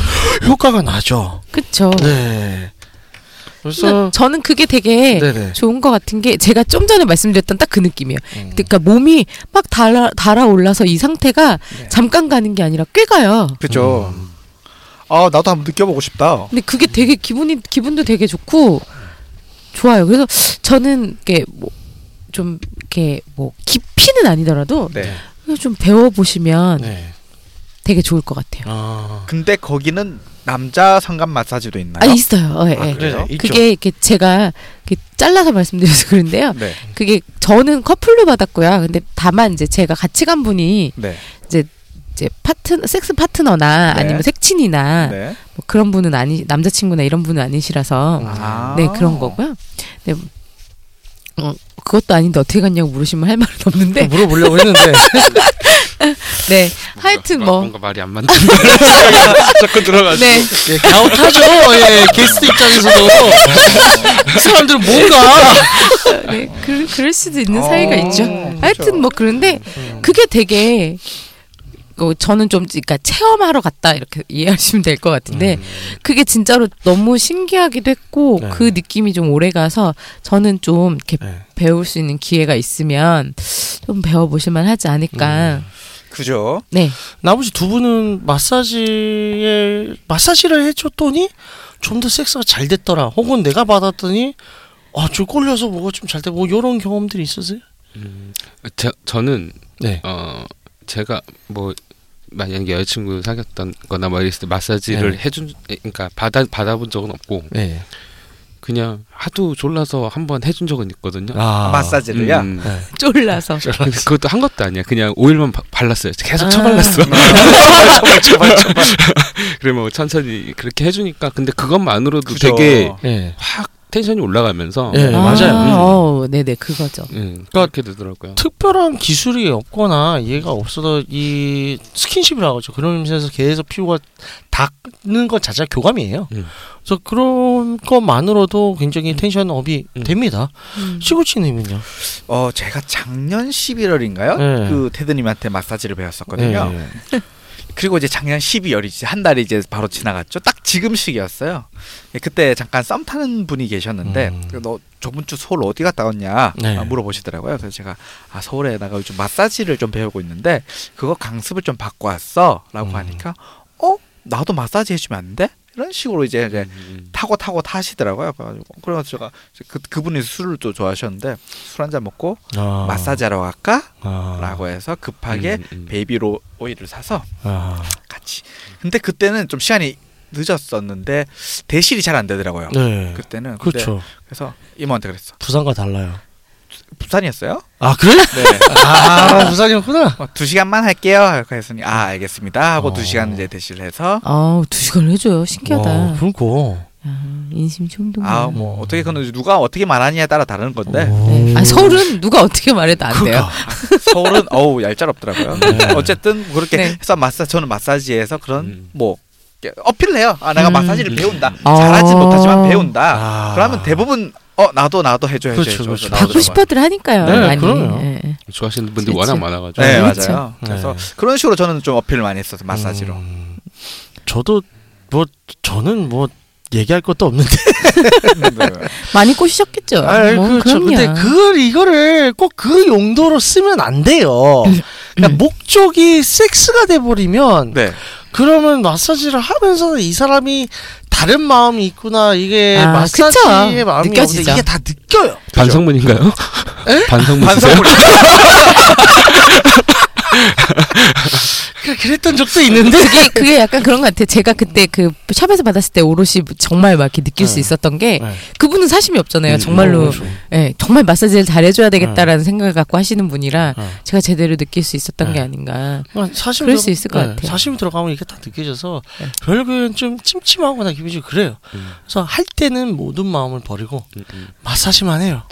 효과가 나죠.
그렇죠.
네. 그래서
저는 그게 되게
네네.
좋은 것 같은 게 제가 좀 전에 말씀드렸던 딱 그 느낌이에요.
음.
그러니까 몸이 막 달아, 달아올라서 이 상태가
네.
잠깐 가는 게 아니라 꽤 가요.
그죠. 그렇죠. 아, 나도 한번 느껴보고 싶다.
근데 그게 되게 기분이 기분도 되게 좋고 좋아요. 그래서 저는 이게 뭐좀 이렇게 뭐 깊이는 아니더라도
네.
좀 배워보시면
네.
되게 좋을 것 같아요.
아.
근데 거기는 남자 상간 마사지도 있나요?
아 있어요. 어, 예,
아,
예.
그래요?
그게 이렇게 제가 이렇게 잘라서 말씀드려서 그런데요.
네.
그게 저는 커플로 받았고요. 근데 다만 이제 제가 같이 간 분이
네.
이제 파트 섹스 파트너나
네.
아니면 색친이나
네.
뭐 그런 분은 아니 남자친구나 이런 분은 아니시라서
아.
네 그런 거고요. 네. 어, 그것도 아닌데 어떻게 갔냐고 물으시면 할 말은
음.
없는데
물어보려고 했는데
네 하여튼
어, 뭔가-
뭐
뭔가 말이 안 맞는 자꾸
아,
들어가지고
네.
예, 갸웃하죠. 예, 게스트 입장에서도 사람들은 뭔가
네, 그, 그럴 수도 있는
어,
사이가 있죠.
그렇죠.
하여튼 뭐 그런데
음.
그게 되게 어, 저는 좀 그러니까 체험하러 갔다 이렇게 이해하시면 될 것 같은데 그게 진짜로 너무 신기하기도 했고
음. 네.
그 느낌이 좀 오래가서 저는 좀 이렇게
네.
배울 수 있는 기회가 있으면 좀 배워보실만 하지
음.
않을까.
그죠.
네,
나머지 두 분은 마사지에 마사지를 해줬더니 좀 더 섹스가 잘 됐더라. 혹은 내가 받았더니 아좀 꼴려서 뭐가 좀 잘 돼. 뭐 이런 경험들이 있으세요?
저, 저는
네.
어 제가 뭐 만약에 여자친구 사귀었던 거나 뭐 이랬을 때 마사지를
네.
해준 그러니까 받아 받아본 적은 없고
네.
그냥 하도 졸라서 한 번 해준 적은 있거든요.
아 네.
마사지를요.
음.
쫄라서.
근데 그것도 한 것도 아니야. 그냥 오일만 바- 발랐어요. 계속
아.
쳐발랐어. 그래 뭐 천천히 그렇게 해주니까 근데 그것만으로도
그죠.
되게
네.
확 텐션이 올라가면서
네, 맞아요. 그러니까
음.
아, 어, 네네 그거죠.
음, 그렇게 되더라고요.
특별한 기술이 없거나 이해가 없어도 이 스킨십이라고 하죠. 그런 의미에서 계속 피부가 닿는 건 자체가 교감이에요.
음.
그래서 그런 것만으로도 굉장히 텐션 업이
음.
됩니다.
음.
시구치님은요?
어, 제가 작년 11월인가요?
네.
그 테드님한테 마사지를 배웠었거든요.
네.
그리고 이제 작년 12월이지 한 달이 이제 바로 지나갔죠. 딱 지금 시기였어요. 예, 그때 잠깐 썸 타는 분이 계셨는데
음.
그너 저번 주 서울 어디 갔다 왔냐
네.
아, 물어보시더라고요. 그래서 제가 아 서울에 나가 요즘 마사지를 좀 배우고 있는데 그거 강습을 좀 받고 왔어라고
음.
하니까 어 나도 마사지 해주면 안 돼? 이런 식으로 이제, 이제
음.
타고 타고 타시더라고요. 그래가지고 그래서 제가 그 그분이 술을 또 좋아하셨는데 술 한 잔 먹고
아.
마사지하러 갈까라고
아.
해서 급하게
음, 음.
베이비로 오일을 사서
아.
같이. 근데 그때는 좀 시간이 늦었었는데 대실이 잘 안 되더라고요.
네.
그때는 근데
그렇죠.
그래서 이모한테 그랬어.
부산과 달라요.
부산이었어요?
아 그래?
네.
아 부산이었구나.
뭐두 시간만 할게요. 이렇게 했으니 아 알겠습니다 하고
어.
두 시간 이제 대시를 해서
아우 두 시간을 해줘요. 신기하다.
와, 어, 그러고.
야, 인심 충동.
아 뭐 어떻게 그건 누가 어떻게 말하느냐에 따라 다른 건데
어.
네. 아니, 서울은 누가 어떻게 말해도 안
그러니까.
돼요.
서울은 어우 얄짤없더라고요.
네.
어쨌든 그렇게
네.
해서 마사 저는 마사지에서 그런
음.
뭐 이렇게 어필을 해요. 아 내가
음.
마사지를 배운다.
아.
잘하지 못하지만 배운다.
아.
그러면 대부분 어 나도 나도 해줘 해줘
그렇죠,
해줘.
그렇죠.
나도
받고
해줘.
싶어들 하니까요.
네,
많이.
그럼요.
예.
좋아하시는 분들이
그치.
워낙 많아가지고
네
그렇죠.
맞아요. 그래서
네.
그런 식으로 저는 좀 어필을 많이 했어서 마사지로.
음, 저도 뭐 저는 뭐 얘기할 것도 없는데.
네.
많이 꼬시셨겠죠.
아,
뭐,
그렇죠.
그럼요.
근데 그걸 이거를 꼭 그 용도로 쓰면 안 돼요. 그러니까
음.
목적이 섹스가 돼 버리면
네.
그러면 마사지를 하면서 이 사람이 다른 마음이 있구나 이게
아,
마사지의
그쵸.
마음이
느껴지죠.
없는데 이게 다 느껴요.
반성문인가요? 반성문이세요?
반성문이
그- 그랬던 적도 있는데
그게 그게 약간 그런 것 같아요. 제가 그때 그 샵에서 받았을 때 오롯이 정말 막 이렇게 느낄 수
네.
있었던 게
네.
그분은 사심이 없잖아요.
음,
정말로
그렇죠.
예, 정말 마사지를 잘 해줘야 되겠다라는 생각을 갖고 하시는 분이라
네.
제가 제대로 느낄 수 있었던
네.
게 아닌가.
뭐 사심
그럴
들어-
수 있을 것
네,
같아요.
사심 들어가면 이게 다 느껴져서
네.
결국엔 좀 찜찜하거나 기분이 좀 그래요.
음.
그래서 할 때는 모든 마음을 버리고
음, 음.
마사지만 해요.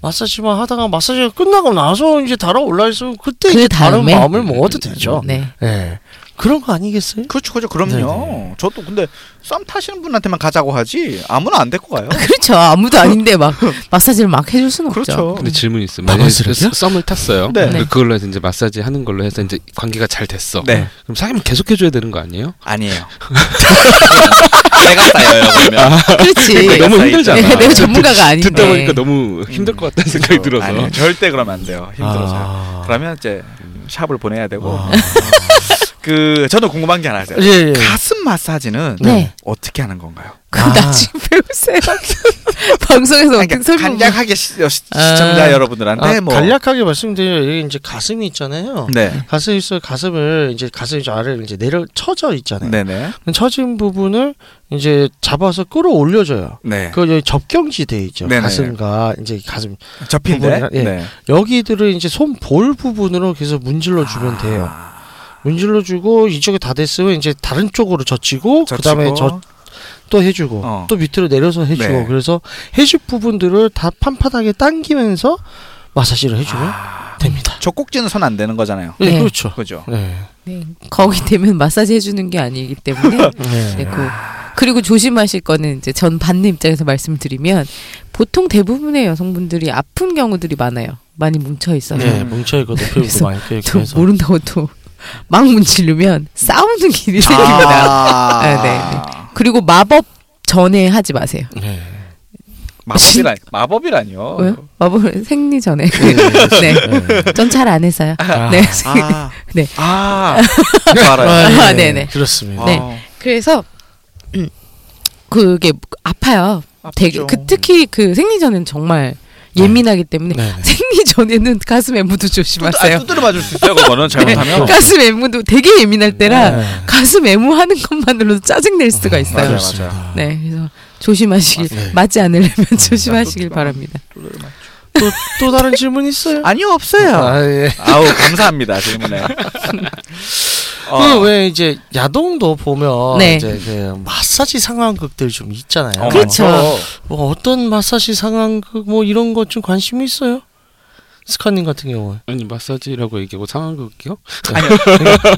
마사지만 하다가 마사지가 끝나고 나서 이제 달아올라 있으면 그때
그
이제 다른
다음에?
마음을 먹어도 되죠. 네.
네.
그런 거 아니겠어요?
그렇죠, 그렇죠. 그럼요. 저도 근데 썸 타시는 분한테만 가자고 하지 아무나 안 데리고 가요.
그렇죠. 아무도 아닌데 막 마사지를 막 해줄 수는 없죠.
그렇죠.
근데 질문 이 있어요. 만약에
방아쇠를요?
썸- 썸을 탔어요.
네.
근데
네.
그걸로 해서 이제 마사지 하는 걸로 해서 이제 관계가 잘 됐어.
네.
그럼 사귀면 계속 해줘야 되는 거 아니에요?
아니에요. 내가 쌓여요 그러면.
그렇지.
그러니까 너무
쌓이죠.
힘들잖아.
네, 내가 전문가가 아닌데.
듣다 보니까 너무 힘들 것 같다는 생각이
음. 그렇죠.
들어서.
아니에요. 절대 그러면 안 돼요. 힘들어서. 요
아.
그러면 이제 샵을 보내야 되고.
아.
그 저는 궁금한 게 하나 있어요.
예, 예.
가슴 마사지는
네.
어떻게 하는 건가요?
그거
아.
나중에 배우세요. 방송에서 어떻게
그러니까
설명?
간략하게 시, 여- 시,
아.
청자 여러분들한테
아,
뭐
간략하게 말씀드려요. 여기 이제 가슴이 있잖아요.
네.
가슴이 있어 가슴을 이제 가슴이 이제 아래를 이제 내려 처져 있잖아요.
네, 네.
그럼 처진 부분을 이제 잡아서 끌어올려줘요.
네.
그 여기 접경지대 있죠.
네네.
가슴과 이제 가슴
접힌데.
부분이랑- 예.
네.
여기들을 이제 손 볼 부분으로 계속 문질러
아.
주면 돼요. 문질러 주고 이쪽에 다 됐으면 이제 다른 쪽으로 젖히고 그다음에
젖히고.
젖 또 해주고
어.
또 밑으로 내려서 해주고
네.
그래서 해줄 부분들을 다 판판하게 당기면서 마사지를 해주면
아.
됩니다.
젖꼭지는 손 안 되는 거잖아요.
네,
네.
그렇죠.
그죠?
네.
네. 거기 되면 마사지 해주는 게 아니기 때문에
네.
네, 그, 그리고 조심하실 거는 이제 전 받는 입장에서 말씀드리면 보통 대부분의 여성분들이 아픈 경우들이 많아요. 많이 뭉쳐 있어서
네, 뭉쳐 있고 높여 있고
그래서
많이 껴 있고
또
해서
모른다고 또 막 문지르면 싸우는 길이 생깁니다.
아.
네, 네, 그리고 마법 전에 하지 마세요.
네.
마법이라 마법이라니요.
아, 왜요? 마법 생리 전에.
네.
네. 전 잘 안 했어요. 네.
아.
네.
아. 저 알아요.
아, 네, 네.
그렇습니다.
네.
아,
그래서 음, 그게 아파요. 되게
아프죠.
그 특히 그 생리 전은 정말 예민하기 때문에
네, 네.
생리 전에는 가슴 앵무도
아,
조심하세요. 네.
두드려 맞을 수 있어요. 그거는 잘못하면.
가슴 앵무도 되게 예민할 때라
네.
가슴 앵무하는 것만으로도 짜증 낼 수가 있어요.
맞아요,
그렇습니다.
맞아요.
네, 그래서 조심하시길
네.
맞지 않으려면 조심하시길
또
바랍니다.
두드려 맞-
또, 또 다른 질문 있어요?
아니요 없어요.
아, 예.
아우 감사합니다 질문에. 어,
그왜 이제 야동도 보면
네.
이제 그 마사지 상황극들 좀 있잖아요.
어,
그렇죠.
많죠.
뭐 어떤 마사지 상황극 뭐 이런 것 좀 관심이 있어요? 스카님 같은 경우에
아니 마사지라고 얘기하고 상황극이요?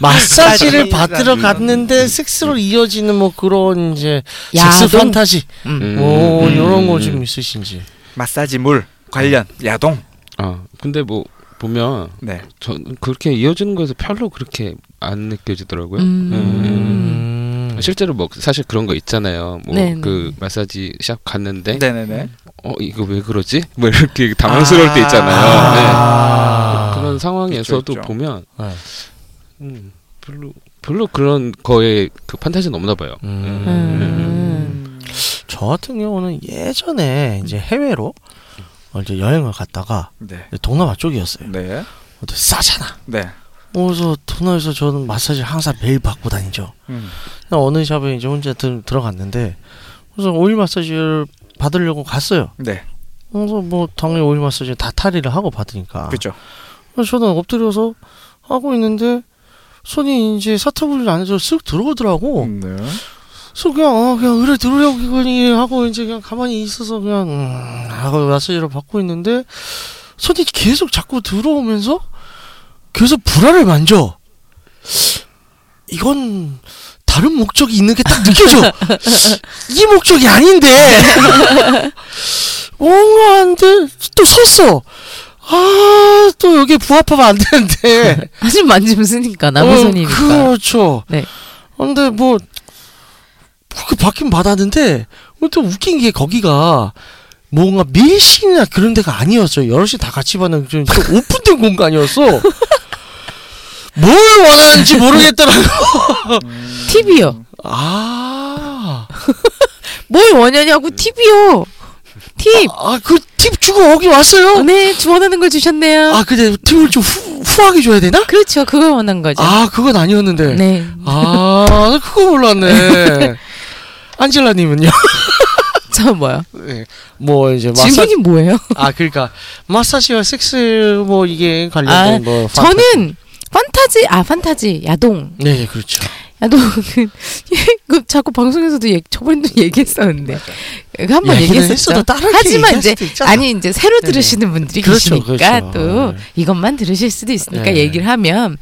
마사지를 받으러
음.
갔는데 섹스로 이어지는 뭐 그런 이제 섹스
야동?
판타지
음.
뭐 이런 거 좀 있으신지.
마사지 물 관련 야동.
아 근데 뭐 보면
네.
저는 그렇게 이어지는 거에서 별로 그렇게 안 느껴지더라고요.
음.
음.
음.
실제로 뭐 사실 그런 거 있잖아요. 뭐
네네.
그 마사지 샵 갔는데
네네네.
음.
어 이거 왜 그러지? 뭐 이렇게 당황스러울 때 있잖아요.
아.
네. 그런
있죠,
상황에서도
있죠.
보면
네.
음, 별로 별로 그런 거에 그 판타지는 없나 봐요.
음.
음.
저 같은 경우는 예전에 이제 해외로 어, 이제 여행을 갔다가
네.
동남아 쪽이었어요.
네.
근데 싸잖아.
네.
그래서 동남아에서 저는 마사지를 항상 매일 받고 다니죠.
음.
그냥 어느 샵에 이제 혼자 들, 들어갔는데 그래서 오일 마사지를 받으려고 갔어요.
네.
그래서 뭐 당연히 오일 마사지 다 탈의를 하고
아.
받으니까.
그렇죠.
그래서 저는 엎드려서 하고 있는데 손이 이제 사타구니 안에서 쓱 들어오더라고.
네.
그래서 그냥 어, 그냥 의뢰 들으려고 그니 하고 이제 그냥 가만히 있어서 그냥 음, 하고 마사지를 받고 있는데 손이 계속 자꾸 들어오면서 계속 불화를 만져. 이건 다른 목적이 있는 게 딱 느껴져. 이 목적이 아닌데 뭔가 안돼 또 섰어. 아또 여기 부합하면 안 되는데.
사실 만지면 쓰니까 나무선이니까.
어, 그렇죠.
네.
근데 뭐 그렇게 받긴 받았는데 근데 또 웃긴 게 거기가 뭔가 밀실이나 그런 데가 아니었어요. 여럿이 다 같이 받는 좀, 좀 오픈된 공간이었어. 뭘 원하는지 모르겠더라고.
TV요.
아,
뭘 원하냐고 TV요. 팁.
아, 그 팁 주고 여기 왔어요.
네, 원하는 걸 주셨네요.
아, 근데 팁을 좀 후, 후하게 줘야 되나?
그렇죠. 그걸 원한 거죠.
아, 그건 아니었는데.
네.
아, 나 그거 몰랐네. 안젤라님은요?
저 뭐요?
네. 뭐 이제 마사
질문이 뭐예요?
아 그러니까 마사지와 섹스 뭐 이게 관련된
아,
뭐 파-
저는 판타지 아 판타지 야동
네 네, 그렇죠
야동은 그 자꾸 방송에서도 얘기, 저번에도 얘기했었는데 그 한 번
얘기는
얘기했었죠.
했어도 다르게
하지만
얘기할
이제
수도 있잖아.
아니 이제 새로
네네.
들으시는 분들이
그렇죠,
계시니까
그렇죠.
또
네.
이것만 들으실 수도 있으니까
네.
얘기를 하면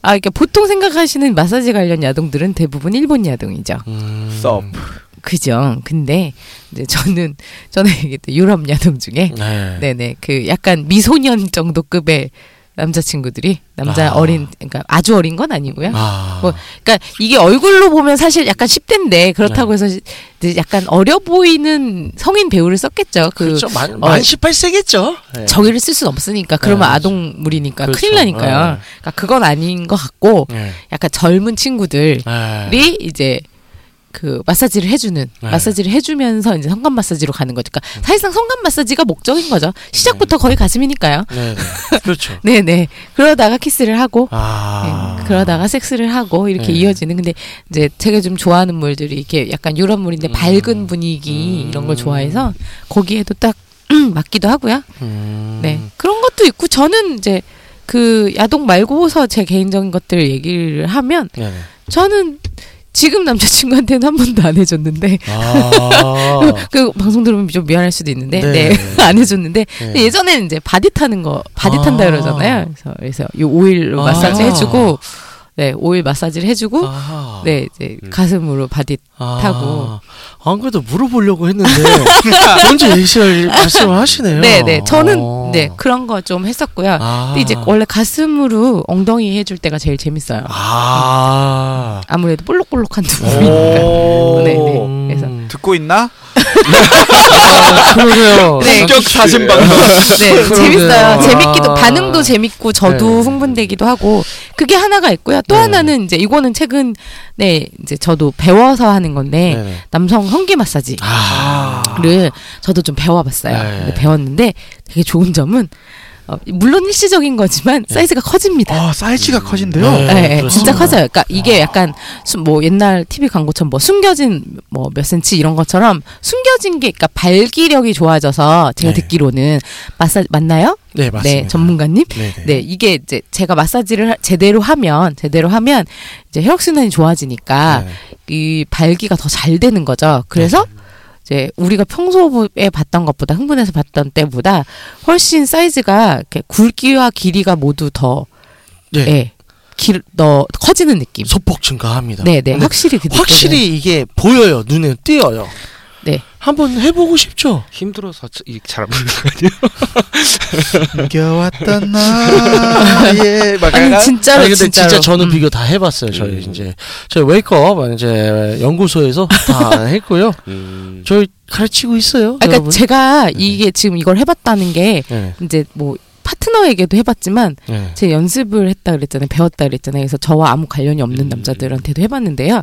아 그러니까 보통 생각하시는 마사지 관련 야동들은 대부분 일본 야동이죠.
음.
썹.
그죠. 근데 이제 저는 전에 얘기했던 유럽 야동 중에
네.
네네 그 약간 미소년 정도급의 남자친구들이 남자
아.
어린 그러니까 아주 어린 건 아니고요.
아
뭐, 그러니까 이게 얼굴로 보면 사실 약간 10대인데
네.
그렇다고 해서 이제 약간 어려 보이는 성인 배우를 썼겠죠. 그
그렇죠 만,
어,
만 18세겠죠 네.
저기를 쓸 수는 없으니까 그러면
네.
아동물이니까
그렇죠.
큰일 나니까요.
네.
그러니까 그건 아닌 것 같고
네.
약간 젊은 친구들이
네.
이제 그 마사지를 해주는
네. 음.
마사지를 해주면서 이제 성간 마사지로 가는 거죠. 그러니까 사실상 성간 마사지가 목적인 거죠. 시작부터 거의 가슴이니까요.
네, 네. 그렇죠
네네 그러다가 키스를 하고
아
예, 그러다가 섹스를 하고 이렇게
네.
이어지는 근데 이제 제가 좀 좋아하는 물들이 이렇게 약간 유럽 물인데
음.
밝은 분위기 이런 걸 좋아해서 거기에도 딱 맞기도 하고요.
음.
네 그런 것도 있고 저는 이제 그 야동 말고서 제 개인적인 것들 얘기를 하면
네, 네.
저는 지금 남자친구한테는 한 번도 안 해줬는데
아
그 방송 들으면 좀 미안할 수도 있는데
네.
네 안 해줬는데 근데
네.
예전에는 이제 바디 타는 거 바디
아.
탄다 그러잖아요. 그래서 그래서 요 오일로
아.
마사지 해주고 네 오일 마사지를 해주고
아하. 음.
네 이제 가슴으로 바디
아.
타고.
안 그래도 물어보려고 했는데 먼저 예시를 말씀을 하시네요
네네 저는
어.
네 그런 거 좀 했었고요.
아.
근데 이제 원래 가슴으로 엉덩이 해줄 때가 제일 재밌어요.
아
아무래도 볼록볼록한 두
네,
분이니까.
오.
네, 네. 그래서.
음.
듣고 있나?
그러게요.
네.
본격 사진 방송.
네, 재밌어요.
그러게요.
재밌기도
아.
반응도 재밌고 저도
네.
흥분되기도 하고 그게 하나가 있고요. 또
네.
하나는 이제 이거는 최근에 네, 이제 저도 배워서 하는 건데
네네.
남성 헌기 마사지.
아.
를 저도 좀 배워봤어요.
네.
근데 배웠는데 되게 좋은 점은 어, 물론 일시적인 거지만 사이즈가 커집니다.
아 사이즈가 커진대요.
네.
예, 예,
그렇습니다. 아.
진짜 커져요. 그러니까 이게 약간 숨- 뭐 옛날 TV 광고처럼 뭐 숨겨진 뭐 몇 센치 이런 것처럼 숨겨진 게 그러니까 발기력이 좋아져서 제가
네.
듣기로는 마사 맞나요?
네 맞습니다.
네, 전문가님.
네,
네, 이게 이제 제가 마사지를 하- 제대로 하면 제대로 하면 이제 혈액 순환이 좋아지니까
네.
이 발기가 더 잘 되는 거죠. 그래서 이제 우리가 평소에 봤던 것보다 흥분해서 봤던 때보다 훨씬 사이즈가 이렇게 굵기와 길이가 모두 더
네.
예, 길, 더 커지는 느낌.
소폭 증가합니다.
네, 네,
근데
확실히 그 느낌이에요.
확실히 이게 보여요. 눈에 띄어요.
네.
한번 해보고 싶죠.
힘들어서 잘안 보는 거 아니에요?
겨왔던 나의
아니 진짜로
아니, 근데
진짜로. 음.
진짜 저는 비교 다 해봤어요. 저희 이제 저희 웨이크업 이제 연구소에서 다 했고요.
음.
저희 가르치고 있어요.
아, 그러니까
여러분.
제가 이게 지금 이걸 해봤다는 게
네.
이제 뭐 파트너에게도 해봤지만
예.
제 연습을 했다 그랬잖아요. 배웠다 그랬잖아요. 그래서 저와 아무 관련이
음.
없는 남자들한테도 해봤는데요.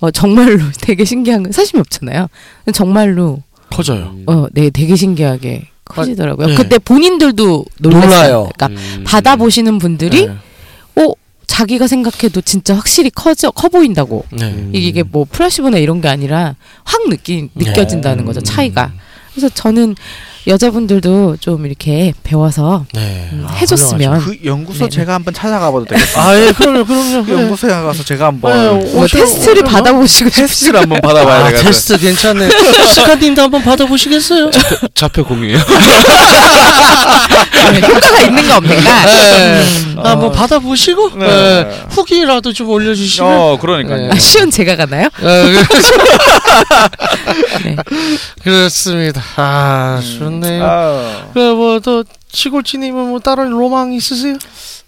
어, 정말로 되게 신기한 건 사심이 없잖아요. 근데 정말로
커져요.
음.
어, 네, 되게 신기하게 커지더라고요.
아, 네.
그때 본인들도
놀라요.
놀랐어요. 그러니까
음.
받아보시는 분들이
예.
어, 자기가 생각해도 진짜 확실히 커져 커 보인다고.
네.
이게- 이게 뭐 플라시보나 이런 게 아니라 확 느낀
네.
느껴진다는
음.
거죠 차이가. 그래서 저는 여자분들도 좀 이렇게 배워서
네.
음,
아,
해줬으면
그 연구소
네, 네.
제가 한번 찾아가 봐도 되겠어요.
아, 예, 그럼요, 그럼요.
그
예.
연구소에 가서 제가
네,
한번
오-
뭐
오셔-
테스트를
오셔서?
받아보시고 싶으시고
테스트를 한번 받아봐야
아,
되겠어요.
테스트 괜찮네. 스카님도 한번 받아보시겠어요?
좌표 공유예요.
효과가 있는가 없는가
네. 아, 한번
어.
받아보시고
네.
예, 후기라도 좀 올려주시면.
어, 그러니까요.
네.
아, 시연 제가 가나요?
예,
네.
그렇습니다. 아, 좋네요.
아,
그뭐또 시골지님은 뭐 다른 로망 있으세요?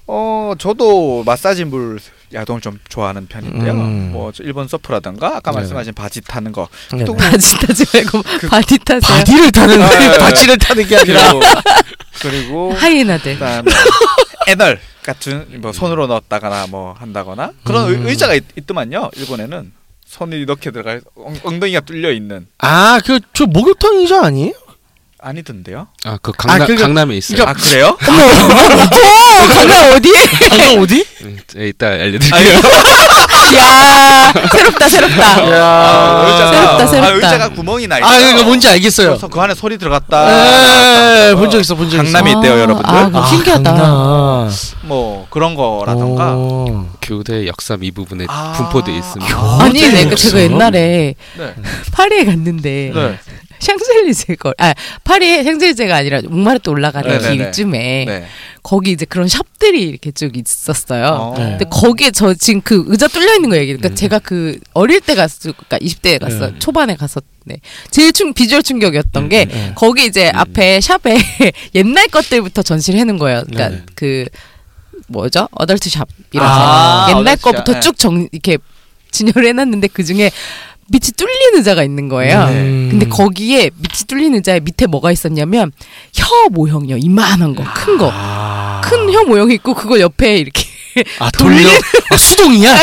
어, 저도 마사지물 야동을 좀 좋아하는 편인데요.
음.
뭐저 일본 서프라든가 아까
네.
말씀하신 바지 타는 거. 또
바지 타지 말고 바디 타세요
바디를 타는
아, 예,
거예요.
예.
바지를 타는 게 아니라.
그리고, 그리고
하이에나들
그다음에 애널 같은 뭐 손으로 넣었다거나 뭐 한다거나 그런
음.
의, 의자가 있, 있더만요. 일본에는 손이 이렇게 들어가 엉, 엉덩이가 뚫려 있는
아, 그 저 목욕탕 의자 아니에요?
아니던데요.
아 그 강남
아, 그러니까-
강남에 있어요.
아 그래요?
뭐,
강남 어디에?
방금 어디?
네, 네, 이따 알려드릴게요.
아니,
야 새롭다 새롭다
아, 의자가
새롭다, 새롭다.
아, 의자가 구멍이 나 있어.
아, 그거 뭔지 알겠어요.
그래서 그 안에 소리 들어갔다. 아,
예,
나왔다.
본 적 있어, 본 적 있어.
강남에 있대요, 여러분들.
아, 그거 신기하다
강남.
뭐 그런 거라던가.
오.
교대 역삼 이 부분에
아.
네, 분포돼 있습니다.
교-
아니 그
어디에
내가
있어?
제가 옛날에
네.
파리에 갔는데
네.
샹젤리제 걸아 파리에 샹젤리제가 아니라 몽마르트 올라가는
네네네.
길쯤에
네.
거기 이제 그런 샵들이 이렇게 쭉 있었어요
어.
네.
근데 거기에 저 지금 그 의자 뚫려 있는 거 얘기니까 제가 그 어릴 때 갔을 그러니까 20대에 갔어
네.
초반에 갔었네 제일 충 비주얼 충격이었던 게
네.
거기 이제 앞에 샵에 옛날 것들부터 전시를 해놓은 거예요 그러니까
네.
그 뭐죠 어덜트 샵이라서
아,
옛날
어덜트 샵.
거부터
네.
쭉 정 이렇게 진열을 해놨는데 그 중에 밑이 뚫린 의자가 있는 거예요.
네.
음.
근데 거기에 밑이 뚫린 의자에 밑에 뭐가 있었냐면 혀 모형이요. 이만한 거, 큰 거.
아,
큰 혀 모형이 있고 그거 옆에 이렇게
아 돌려 아, 수동이야.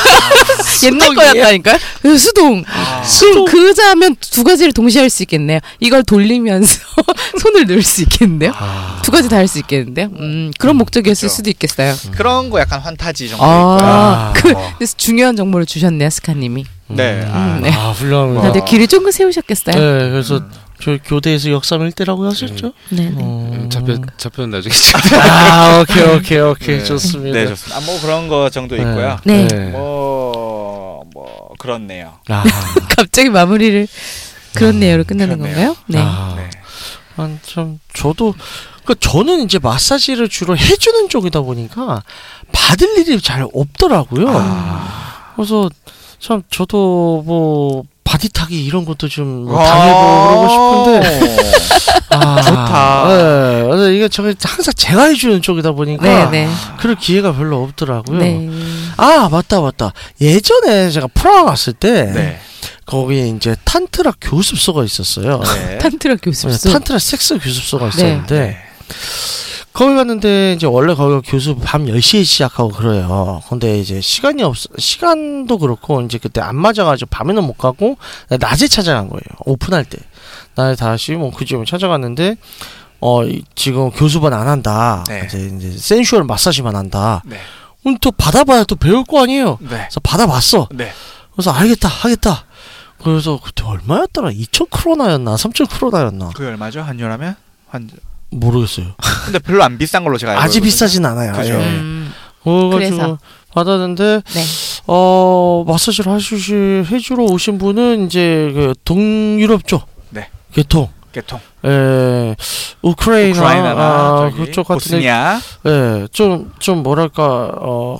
옛날 거였다니까요. 그래서 수동. 수동. 그 의자하면 두 가지를 동시에 할 수 있겠네요. 이걸 돌리면서 손을 넣을 수 있겠는데요. 두 가지 다 할 수 있겠는데요. 음, 그런 목적이었을
그렇죠.
수도 있겠어요.
그런 거 약간 환타지 정도.
아,
아,
그,
어.
그래서 중요한 정보를 주셨네요, 스카님이.
네. 아,
아,
네.
훌륭합니다.
다들 길을 쫑긋 세우셨겠어요.
네, 그래서 저 교대에서 역삼 1대라고 하셨죠?
네, 네.
어.
음, 좌표 좌표 나중에
아, 오케이, 오케이, 오케이,
네.
음.
좋습니다.
네, 좋습니다. 아, 뭐 그런 거 정도
네.
있고요.
네.
뭐, 뭐 그렇네요.
아,
갑자기 마무리를 그런 내용으로 끝나는
그렇네요.
건가요? 네.
아,
네.
아, 참 저도 그러니까 저는 이제 마사지를 주로 해주는 쪽이다 보니까 받을 일이 잘 없더라고요.
아.
그래서 참 저도 뭐 바디 타기 이런 것도 좀뭐
아.
당해보고 그러고 싶은데
싶은데.
아,
좋다.
네, 그래서 이게 저 항상 제가 해주는 쪽이다 보니까
네, 네.
그럴 기회가 별로 없더라고요.
네.
아 맞다 맞다 예전에 제가 프라하 갔을 때
네.
거기에 이제 탄트라 교습소가 있었어요.
네.
탄트라
네,
교습소.
탄트라 섹스 교습소가
네.
있었는데 거기 갔는데 이제 원래 거기 교습 밤 10시에 시작하고 그래요. 근데 이제 시간이 없 시간도 그렇고 이제 그때 안 맞아 가지고 밤에는 못 가고 낮에 찾아간 거예요. 오픈할 때. 낮에 다시 뭐 그쯤에 찾아갔는데 어 이- 지금 교습은 안 한다.
네.
이제 이제 센슈얼 마사지만 한다.
네.
그럼 또 받아봐야 또 배울 거 아니에요.
네.
그래서 받아봤어.
네.
그래서 알겠다 하겠다. 그래서 그때 얼마였더라? 2,000 크로나였나? 3,000 크로나였나?
그게 얼마죠? 한유라면? 한
모르겠어요.
근데 별로 안 비싼 걸로 제가 알고
아직
있거든요.
비싸진 않아요.
그죠.
예.
음,
그래서
그래서.
받았는데
네.
어 마사지를 하시시 해주러 오신 분은 이제 그 동유럽 쪽
네.
계통
개통.
예 우크라이나,
우크라이나나
아,
저기
그쪽 같은데
보스니아
예좀좀 뭐랄까 어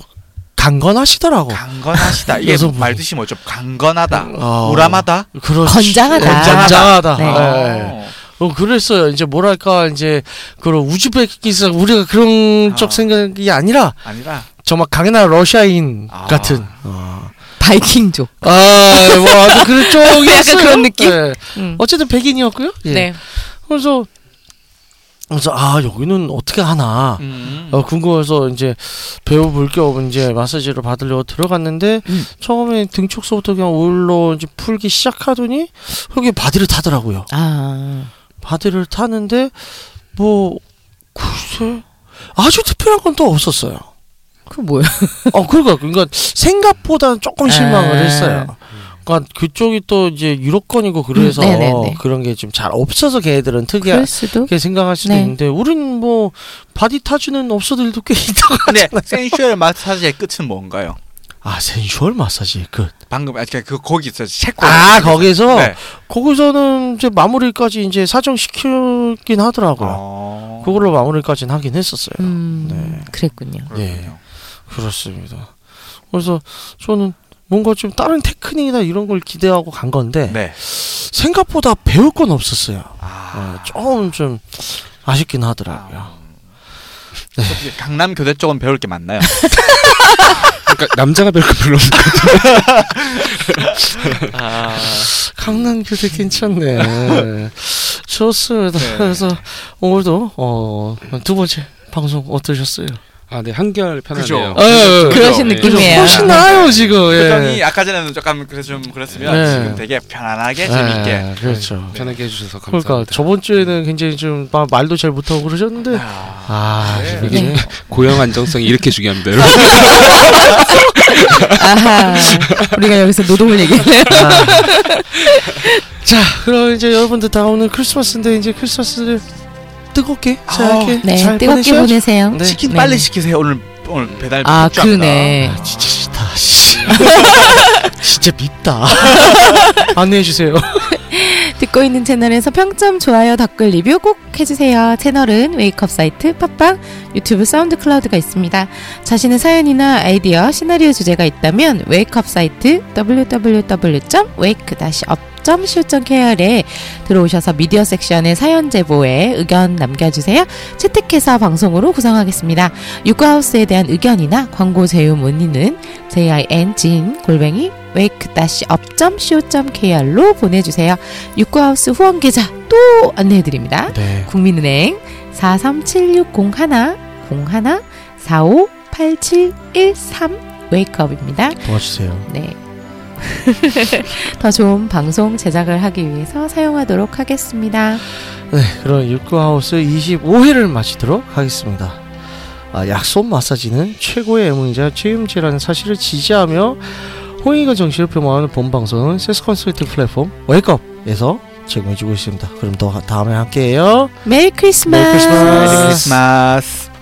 강건하시더라고
강건하시다. 어. 이게
여성분.
말 뜻이 뭐죠? 강건하다.
어,
우람하다. 아,
그렇지.
건장하다.
건장하다.
네.
예. 어, 그랬어요. 이제 뭐랄까 이제 그런 우즈베키스탄 우리가 그런
아.
쪽 생각이 아니라
아니라
정말 강인한 러시아인
아.
같은. 어.
바이킹족.
아, 뭐 아주 그런 쪽이었어요.
약간 그런 느낌?
예.
음.
어쨌든 백인이었고요. 예.
네.
그래서 그래서 아 여기는 어떻게 하나
음.
어, 궁금해서 이제 배워볼 겸 이제 마사지를 받으려고 들어갔는데
음.
처음에 등축서부터 그냥 우울로 이제 풀기 시작하더니 여기 바디를 타더라고요.
아.
바디를 타는데 뭐 글쎄 아주 특별한 건 또 없었어요.
그 뭐야?
어 그러니까 그러니까 생각보다 조금 실망을
아.
했어요. 그러니까 그쪽이 또 이제 유럽권이고 그래서
음, 네네네.
그런 게 좀 잘 없어서 걔들은 특이하게
그럴 수도.
생각할 수도
네.
있는데 우린 뭐 바디 타주는 업소들도 꽤 있다고
근데 센슈얼 마사지의 끝은 뭔가요?
아 센슈얼 마사지 끝.
방금 아까 그 거기 있어 체코.
아 거기서
네.
거기서는 이제 마무리까지 이제 사정 시키긴 하더라고요.
어...
그걸로 마무리까지는 하긴 했었어요.
음.
네.
그랬군요.
예. 그렇습니다. 그래서 저는 뭔가 좀 다른 테크닉이나 이런 걸 기대하고 간 건데
네.
생각보다 배울 건 없었어요.
아.
어, 조금 좀 아쉽긴 하더라고요.
혹시 강남 교대 쪽은 배울 게 많나요?
그러니까 남자가 별거 별로 없는
아,
강남교대 괜찮네. 좋습니다.
네.
그래서 오늘도 어, 두 번째 방송 어떠셨어요?
아, 네 한결 편하네요.
그죠? 어, 예, 예.
그러신
네.
느낌이에요.
훨씬 나아요 지금. 예.
표정이 아까 전에는 조금 그래서 좀 그랬으면
네.
지금 되게 편안하게 재밌게.
예, 그렇죠.
편하게 해주셔서 감사합니다.
그러니까 저번 주에는 굉장히 좀 마- 말도 잘 못하고 그러셨는데
아,
아
네.
이게
고용 안정성이 이렇게 중요합니다. 여러분.
아하. 우리가 여기서 노동을 얘기해요.
자 그럼 이제 여러분들 다 오늘 크리스마스인데 이제 크리스마스를 뜨겁게 생각해
네,
잘
뜨겁게
보내셔야죠.
보내세요.
네.
치킨
네.
빨리 시키세요. 오늘 오늘 배달
아,
폭주합니다.
그러네.
아, 진짜 싫다 씨. 진짜 밉다 안내해 주세요
듣고 있는 채널에서 평점, 좋아요, 댓글 리뷰 꼭 해주세요. 채널은 웨이크업 사이트, 팟빵, 유튜브 사운드 클라우드가 있습니다. 자신의 사연이나 아이디어, 시나리오 주제가 있다면 웨이크업 사이트 www.wake-up.co.kr에 들어오셔서 미디어 섹션의 사연 제보에 의견 남겨주세요. 채택해서 방송으로 구성하겠습니다. 유쿠하우스에 대한 의견이나 광고 제휴 문의는 jin 골뱅이 wake-up.co.kr로 보내주세요. 육구하우스 후원 계좌 또 안내해드립니다.
네
국민은행 4376001-458713 웨이크업입니다.
도와주세요
네. 더 좋은 방송 제작을 하기 위해서 사용하도록 하겠습니다.
네 그럼 육구하우스 25회를 마치도록 하겠습니다 아, 약손 마사지는 최고의 애무이자 최임제라는 사실을 지지하며 홍익의 정신을 표방하는 본방송은 세스 컨설팅 플랫폼 웨이크업에서 제공해주고 있습니다 그럼 또 다음에 함께해요
메리
메리 크리스마스.
메리 크리스마스.